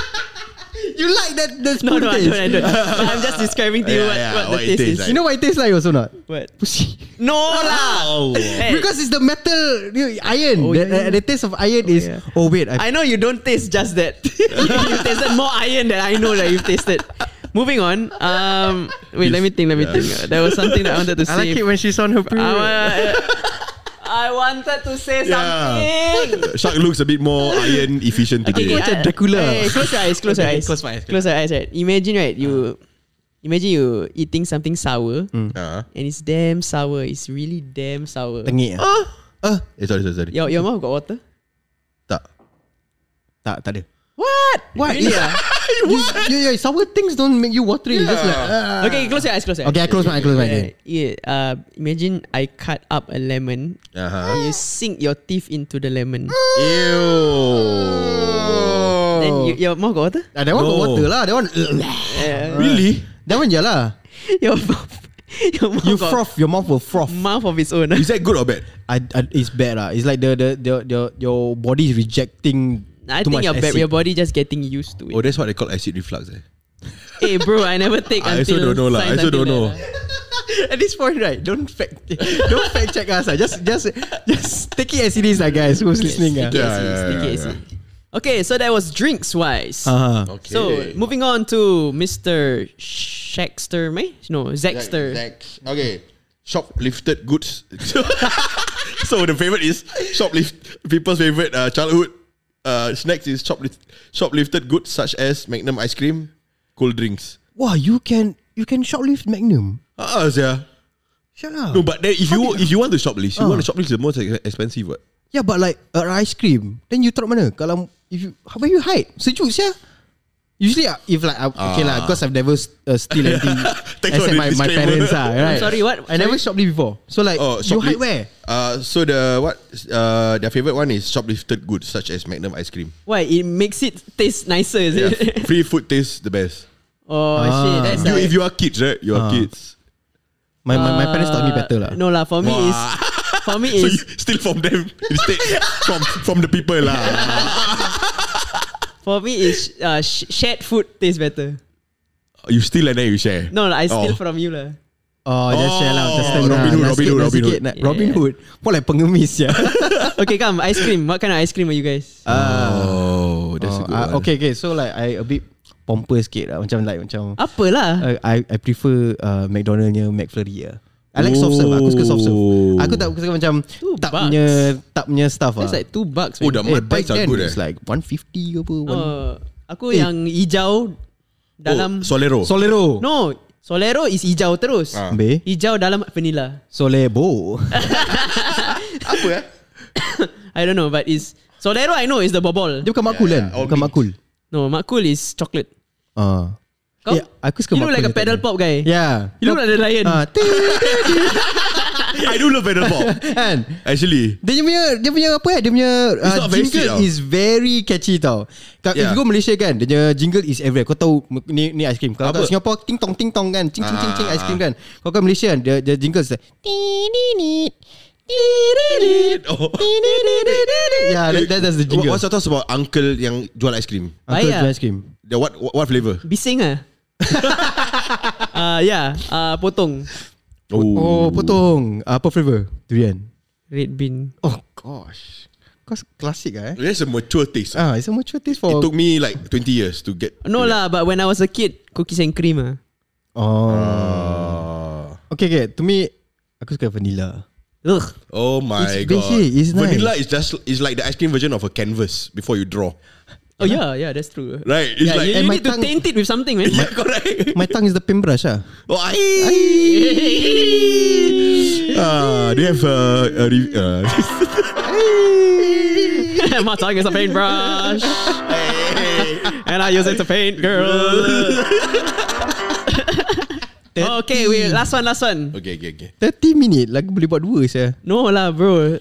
Speaker 2: You like that the
Speaker 3: No,
Speaker 2: spoon
Speaker 3: no, I
Speaker 2: taste?
Speaker 3: don't, I don't. I'm just describing to you
Speaker 1: Yeah,
Speaker 3: what,
Speaker 1: yeah,
Speaker 3: what the
Speaker 1: what it
Speaker 3: taste is.
Speaker 1: tastes
Speaker 2: You know why it tastes like also not?
Speaker 3: What?
Speaker 2: Pussy.
Speaker 3: No lah.
Speaker 1: Oh.
Speaker 3: Hey,
Speaker 2: Because it's the metal you know, iron.
Speaker 3: Oh,
Speaker 2: the,
Speaker 3: yeah, yeah.
Speaker 2: the taste of iron is.
Speaker 3: yeah.
Speaker 2: Oh wait, I,
Speaker 3: I know you don't taste just that. you, you tasted more iron than I know that you've tasted. Moving on. Um, wait, let me think. Let me
Speaker 1: Yeah.
Speaker 3: think. There was something that I wanted to
Speaker 2: I
Speaker 3: say.
Speaker 2: like it when she's on her period.
Speaker 3: I, wa- I wanted to say
Speaker 1: Yeah.
Speaker 3: something.
Speaker 1: Shark looks a bit more iron efficient
Speaker 2: Okay,
Speaker 1: today.
Speaker 2: macam Dracula.
Speaker 3: Hey, close your eyes. Close your
Speaker 2: Okay,
Speaker 3: eyes.
Speaker 2: close my eyes.
Speaker 3: Close your eyes. Right. Imagine right. You imagine you eating something sour,
Speaker 2: Hmm.
Speaker 1: Ah.
Speaker 3: and it's damn sour. It's really damn sour.
Speaker 2: Tengik. ah.
Speaker 1: Eh, sorry, sorry, sorry.
Speaker 3: Your your mouth got water.
Speaker 1: Tak.
Speaker 2: Tak, tak ada.
Speaker 3: What?
Speaker 2: What?
Speaker 3: Really, ah?
Speaker 2: What? Yeah, yeah, sour things don't make you watery. Yeah. Just like, ah.
Speaker 3: okay, close your eyes. Close your eyes.
Speaker 2: Okay, I close my, I close my.
Speaker 3: Uh,
Speaker 2: Okay.
Speaker 3: yeah. Uh, imagine I cut up a lemon.
Speaker 1: Uh-huh.
Speaker 3: and You sink your teeth into the lemon.
Speaker 1: Oh. Ew.
Speaker 3: Then you, your mouth got water.
Speaker 2: Ah, that one got
Speaker 1: No.
Speaker 2: water lah. That one,
Speaker 3: Uh,
Speaker 1: Really?
Speaker 2: that one je lah.
Speaker 3: your mouth. Your mouth
Speaker 2: You
Speaker 3: got
Speaker 2: froth, your mouth will froth.
Speaker 3: mouth of its own.
Speaker 1: Is that good or bad?
Speaker 2: I, I, it's bad lah. It's like the the the, the your body is rejecting.
Speaker 3: I
Speaker 2: too
Speaker 3: think
Speaker 2: much
Speaker 3: your, ba-
Speaker 2: acid.
Speaker 3: your body just getting used to it.
Speaker 1: Oh, that's what they call acid reflux. Eh.
Speaker 3: hey, bro, I never take
Speaker 1: I also
Speaker 3: until.
Speaker 1: don't know lah. I
Speaker 3: science until
Speaker 1: also don't know.
Speaker 3: that
Speaker 2: At this point, right? Don't fact, don't fact check us. Ah, Just just just take it as it is, lah, guys. Who's
Speaker 3: lah.
Speaker 2: listening? Ah,
Speaker 3: Sticky
Speaker 1: Yeah,
Speaker 3: acid,
Speaker 1: yeah,
Speaker 3: sticky
Speaker 1: yeah,
Speaker 3: acid. Okay, so that was drinks wise.
Speaker 2: Uh-huh.
Speaker 1: Okay.
Speaker 3: So moving on to Mr. Shaxter, meh? No, Zaxter.
Speaker 1: Okay. Shoplifted goods. so the favorite is shoplift. People's favorite uh, childhood uh, snacks is shoplift, shoplifted goods such as Magnum ice cream, cool drinks.
Speaker 2: Wow, you can you can shoplift Magnum.
Speaker 1: Ah, uh, yeah.
Speaker 2: Shut up.
Speaker 1: No, but then if you if you want to shoplift, you
Speaker 2: Ah.
Speaker 1: want to shoplift the most ex- expensive what?
Speaker 2: Yeah, but like uh, ice cream, then you throw mana? Kalau if you how about you hide? Sejuk sia. Usually uh, if like uh, okay lah, because I've never uh, steal anything
Speaker 1: Ah. Thanks for
Speaker 2: except
Speaker 1: the
Speaker 2: my, my
Speaker 1: disclaimer.
Speaker 2: parents ah. Right?
Speaker 3: sorry, what?
Speaker 2: I never shoplift before. So like you
Speaker 1: Oh, shoplift.
Speaker 2: hide where?
Speaker 1: Uh, so the what? Uh, their favorite one is shoplifted goods such as Magnum ice cream.
Speaker 3: Why? It makes it taste nicer, is
Speaker 1: Yeah,
Speaker 3: it?
Speaker 1: free food tastes the best.
Speaker 3: oh shit, that's
Speaker 1: Ah. You,
Speaker 3: like,
Speaker 1: if you are kids, right? You
Speaker 2: Ah.
Speaker 1: are kids.
Speaker 2: My, my, my parents taught me
Speaker 3: Uh,
Speaker 2: better lah.
Speaker 3: No lah, for me is for me
Speaker 1: So
Speaker 3: is
Speaker 1: you steal from them instead from from the people lah.
Speaker 3: for me is uh, sh- shared food tastes better.
Speaker 1: You steal and then you share.
Speaker 3: No, lah, I steal
Speaker 1: Oh.
Speaker 3: from you lah.
Speaker 2: Oh, just share lah. Just stand lah.
Speaker 1: Robin Hood,
Speaker 2: Nasi
Speaker 1: Robin
Speaker 2: sikit,
Speaker 1: Hood,
Speaker 2: nasi
Speaker 1: Robin
Speaker 2: sikit,
Speaker 1: Hood.
Speaker 2: nak- Robin Hood. What like pengemis ya?
Speaker 3: Okay, come ice cream. What kind of ice cream are you guys?
Speaker 1: Uh, Oh, that's a good one.
Speaker 2: Ah, okay, okay. So like I a bit pompous sikit lah. Macam like macam
Speaker 3: Apa lah?
Speaker 2: Uh, I I prefer uh, McDonald's-nya McFlurry lah. I like soft serve. Aku suka soft serve.
Speaker 1: Oh.
Speaker 2: Aku tak suka macam
Speaker 3: Two
Speaker 2: tak
Speaker 3: bucks.
Speaker 2: punya tak punya stuff ah.
Speaker 3: That's like two bucks.
Speaker 1: Oh,
Speaker 3: man.
Speaker 1: the mud pies
Speaker 2: back
Speaker 1: are
Speaker 2: then
Speaker 1: good eh.
Speaker 2: it's like 150 ke apa. one-
Speaker 3: Uh, aku
Speaker 2: Eh.
Speaker 3: yang hijau dalam
Speaker 1: oh, Solero.
Speaker 2: Solero.
Speaker 3: No, Solero is hijau terus.
Speaker 1: Ah.
Speaker 2: Ambil.
Speaker 3: Hijau dalam vanilla.
Speaker 2: Solebo.
Speaker 1: Apa eh?
Speaker 3: I don't know, but it's Solero I know is the bobol.
Speaker 2: Dia bukan makul
Speaker 1: yeah,
Speaker 2: kan?
Speaker 1: all
Speaker 2: Bukan
Speaker 1: green.
Speaker 2: makul.
Speaker 3: No, Makul is chocolate.
Speaker 2: Ah.
Speaker 3: Kau?
Speaker 2: Eh, aku suka
Speaker 3: You look
Speaker 2: makul
Speaker 3: like a
Speaker 2: dia tak
Speaker 3: pedal
Speaker 2: ada.
Speaker 3: pop guy.
Speaker 2: Yeah.
Speaker 3: You look like the lion.
Speaker 2: Ah, ting,
Speaker 1: I do love Pedal Pop.
Speaker 2: kan?
Speaker 1: Actually.
Speaker 2: Dia punya dia punya apa eh? Dia punya uh,
Speaker 1: not very
Speaker 2: jingle
Speaker 1: sweet tau.
Speaker 2: is very catchy tau. Kalau yeah.
Speaker 1: Yeah.
Speaker 2: if you go Malaysia kan, dia punya jingle is everywhere. Kau tahu m- ni ni ice cream. Kalau kat
Speaker 1: Apa?
Speaker 2: Singapore ting tong ting tong kan, ching ching ching ching
Speaker 1: Ah.
Speaker 2: ice cream kan. Kalau kat Malaysia kan, dia dia jingle is like "Dee, dee, dee, dee, dee, dee,
Speaker 1: Oh.
Speaker 2: dee, dee, dee, dee, dee, dee." Yeah, Uh, that, that, that's the jingle.
Speaker 1: What's your thoughts about uncle yang jual ice cream?
Speaker 2: Uncle
Speaker 3: Bayar.
Speaker 2: Joe ice cream.
Speaker 1: The what what, what flavor?
Speaker 3: Bising ah. Ah yeah, ah potong.
Speaker 2: Oh, potong. Apa flavor? Durian.
Speaker 3: Red bean.
Speaker 2: Oh gosh. Kau klasik ah eh?
Speaker 1: That's a mature taste.
Speaker 2: Ah, it's a mature taste for
Speaker 1: It took me like 20 years to get.
Speaker 3: No lah, but when I was a kid, cookies and cream ah.
Speaker 2: Oh.
Speaker 1: Ah.
Speaker 2: Okay, okay. To me, aku suka vanilla.
Speaker 3: Ugh.
Speaker 1: Oh my
Speaker 2: It's
Speaker 1: god.
Speaker 2: basic, it's nice.
Speaker 1: Vanilla is just is like the ice cream version of a canvas before you draw.
Speaker 3: Oh yeah, yeah, that's true.
Speaker 1: Right? It's
Speaker 3: Yeah,
Speaker 1: like
Speaker 3: you,
Speaker 2: and
Speaker 3: you
Speaker 2: my
Speaker 3: need to
Speaker 2: tongue-
Speaker 3: taint it with something, man.
Speaker 1: Yeah, correct.
Speaker 2: My tongue is the paintbrush ah.
Speaker 1: Oh, I. Ah, do you have uh, a re- uh,
Speaker 3: My tongue is a paintbrush, and I use it to paint, girl. okay, wait. Last one, last one.
Speaker 1: Okay, okay, okay.
Speaker 2: 30 minit lagu boleh buat dua saya.
Speaker 3: No lah, bro.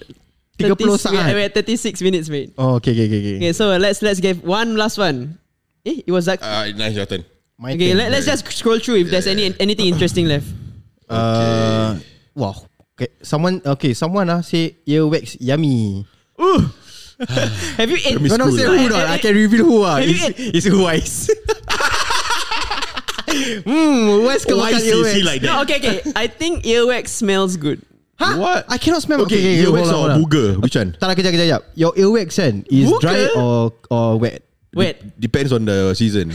Speaker 2: 30
Speaker 3: 36
Speaker 2: saat.
Speaker 3: Wait, wait, 36 minutes, mate.
Speaker 2: Oh, okay, okay, okay. okay.
Speaker 3: Okay, so let's let's give one last one. Eh, it was that.
Speaker 1: Uh, nice your turn.
Speaker 2: My
Speaker 3: okay,
Speaker 2: turn.
Speaker 3: let, let's just scroll through if there's any anything interesting left.
Speaker 2: Uh, wow. Okay, someone okay, someone ah say earwax yummy.
Speaker 3: Have you ate?
Speaker 1: Miss
Speaker 2: No, no,
Speaker 1: Cool.
Speaker 2: say who not. I can reveal who ah.
Speaker 3: Have you
Speaker 2: It's, it's who is. Hmm, who is
Speaker 1: Why
Speaker 2: kemakan
Speaker 1: is he- is
Speaker 2: earwax?
Speaker 1: he like
Speaker 3: No,
Speaker 1: that?
Speaker 3: okay, okay. I think earwax smells good.
Speaker 2: Huh?
Speaker 1: What?
Speaker 2: I cannot smell.
Speaker 1: Okay, okay, earwax or booger? Which one?
Speaker 2: Tak nak kejap, kejap, kejap. Your earwax kan is
Speaker 3: Booger?
Speaker 2: dry or or wet?
Speaker 3: Wait,
Speaker 1: Depends on the season.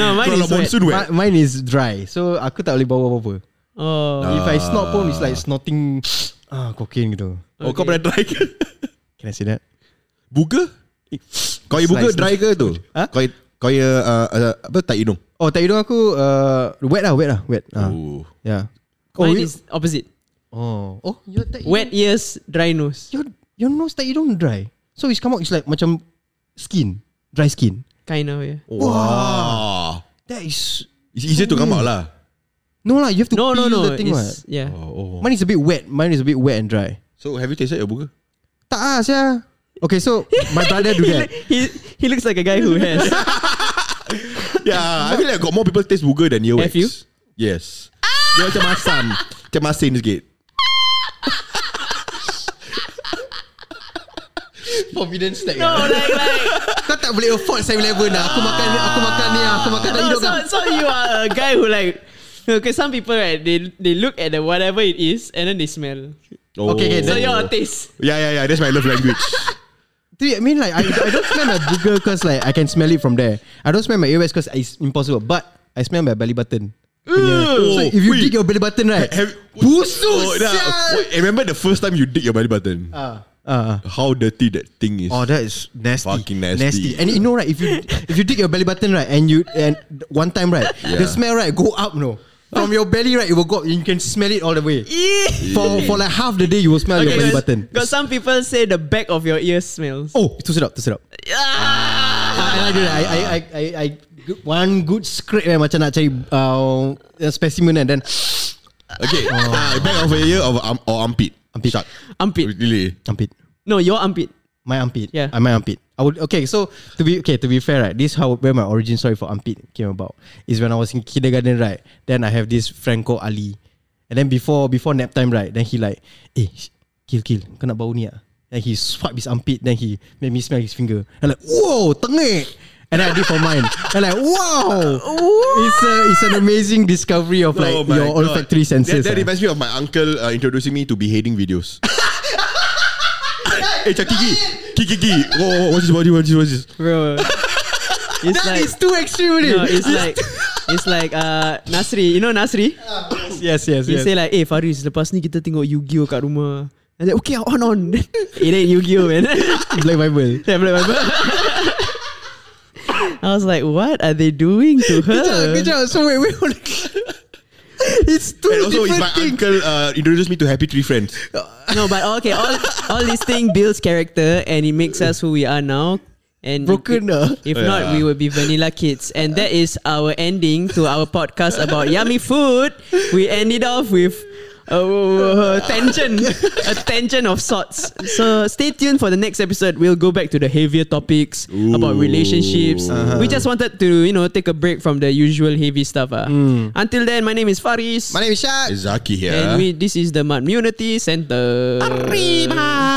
Speaker 3: no, mine
Speaker 1: Kalau
Speaker 3: is wet.
Speaker 1: monsoon
Speaker 2: My,
Speaker 1: wet.
Speaker 2: mine is dry. So aku tak boleh bawa apa-apa.
Speaker 3: Oh,
Speaker 2: If I snort pun It's like snorting Ah cocaine gitu
Speaker 1: Oh, kau pernah try ke?
Speaker 2: Can I say that?
Speaker 1: Booger? Kau yang booger
Speaker 2: Slice.
Speaker 1: dry ke tu?
Speaker 2: Ha?
Speaker 1: Kau kau yang uh, uh, apa tak hidung?
Speaker 2: Oh tak hidung aku uh, Wet lah wet lah wet ah.
Speaker 1: Oh.
Speaker 2: Yeah
Speaker 3: mine
Speaker 2: you-
Speaker 3: is opposite.
Speaker 2: Oh Oh your, tak hidung-
Speaker 3: Oh, Wet ears, dry nose.
Speaker 2: your, your nose tak hidung dry So it's come out It's like macam Skin Dry skin
Speaker 3: Kind of, yeah.
Speaker 1: Wow.
Speaker 2: That is
Speaker 1: It's easier to come out lah.
Speaker 2: No lah you have to
Speaker 3: No,
Speaker 2: peel
Speaker 3: no, no.
Speaker 2: the thing what
Speaker 3: It's, yeah.
Speaker 1: Oh,
Speaker 2: Mine is a bit wet Mine is a bit wet and dry
Speaker 1: So have you tasted your booger?
Speaker 2: Tak lah saya Okay so My brother do
Speaker 3: He,
Speaker 2: that
Speaker 3: look- he, he looks like a guy who has.
Speaker 1: Yeah, I feel like got more people taste booger than earwax.
Speaker 3: Have you?
Speaker 1: Yes. Dia macam masam. Macam masin sikit.
Speaker 2: Forbidden snack
Speaker 3: no, like, like.
Speaker 2: Kau tak boleh afford 7-Eleven lah Aku makan Aku makan ni lah Aku makan tak
Speaker 3: No,
Speaker 2: hidung
Speaker 3: so,
Speaker 2: lah
Speaker 3: so you are a guy who like. Okay, some people right, they they look at the whatever it is and then they smell.
Speaker 1: Oh.
Speaker 2: Okay, okay,
Speaker 3: So
Speaker 2: then-
Speaker 3: your taste.
Speaker 1: Yeah, yeah, yeah. That's my love language.
Speaker 2: Dude, I mean like I, I don't smell my booger because like I can smell it from there. I don't smell my earwax because it's impossible. But I smell my belly button.
Speaker 1: Ooh,
Speaker 2: so if you
Speaker 1: Oh, wait.
Speaker 2: dig your belly button right,
Speaker 1: Have, Oh,
Speaker 2: busuk
Speaker 1: nah.
Speaker 2: sia.
Speaker 1: Wait, remember the first time you dig your belly button?
Speaker 2: Ah, ah.
Speaker 1: How dirty that thing is.
Speaker 2: Oh, that is nasty.
Speaker 1: Fucking nasty.
Speaker 2: And you know right, if you if you dig your belly button right, and you and one time right,
Speaker 1: Yeah.
Speaker 2: the smell right go up no. From your belly right, it will go. up, You can smell it all the way. For for like half the day, you will smell your belly
Speaker 3: because-
Speaker 2: button.
Speaker 3: Because some people say the back of your ear smells.
Speaker 2: Oh, to sit up, to sit up. Ah, and I do that. I, I, I, I, I good- one good scrape eh, macam nak cari uh, a specimen and then
Speaker 1: Okay. Ah, back of a ear or, arm, or armpit.
Speaker 2: Armpit.
Speaker 1: Shark.
Speaker 3: Armpit.
Speaker 1: Really?
Speaker 2: armpit.
Speaker 3: No, your armpit.
Speaker 2: My armpit.
Speaker 3: Yeah.
Speaker 2: Uh, my armpit. I would okay. So to be okay to be fair, right? This how where my origin story for armpit came about is when I was in kindergarten, right? Then I have this Franco Ali, and then before before nap time, right? Then he like, eh, sh- kill kill, kau nak bau ni ah? Then he swipe his armpit, then he made me smell his finger. And like, whoa, tengik. And then I did for mine. And like, wow, it's a it's an amazing discovery of like
Speaker 1: Oh my
Speaker 2: your
Speaker 1: God.
Speaker 2: olfactory senses.
Speaker 1: That, that
Speaker 2: ah.
Speaker 1: reminds me of my uncle uh, introducing me to beheading videos. eh, macam Kiki. Kiki, Kiki. Oh, what's this, what's this, what's this, what's this?
Speaker 3: Bro. it's
Speaker 2: That
Speaker 3: like
Speaker 2: is too extreme. already.
Speaker 3: no, it's like it's like uh Nasri. You know Nasri?
Speaker 2: yes, yes,
Speaker 3: He
Speaker 2: yes.
Speaker 3: say like, eh Faris, lepas ni kita tengok Yu-Gi-Oh kat rumah. I like, okay, on on. It ain't Yu-Gi-Oh, man.
Speaker 2: Black Bible.
Speaker 3: Then I'm like, "Apa?" I was like, what are they doing to her?
Speaker 2: Kejap, kejap. So wait, wait. hold on. It's two
Speaker 1: And also, it's
Speaker 2: different
Speaker 1: my
Speaker 2: things.
Speaker 1: uncle uh, introduced me to Happy Tree Friends.
Speaker 2: Uh,
Speaker 3: no, but okay, all all these things builds character and it makes us who we are now. And
Speaker 2: Broken ah.
Speaker 3: if, if not, we will be vanilla kids. And that is our ending to our podcast about yummy food. We ended off with a tension, a tension of sorts. So stay tuned for the next episode. We'll go back to the heavier topics about relationships. We just wanted to, you know, take a break from the usual heavy stuff. ah. Until then, my name is Faris.
Speaker 2: My name is Shaq.
Speaker 1: Zaki here.
Speaker 3: And we, this is the Mud Immunity Center. Arriba!
Speaker 2: Ah.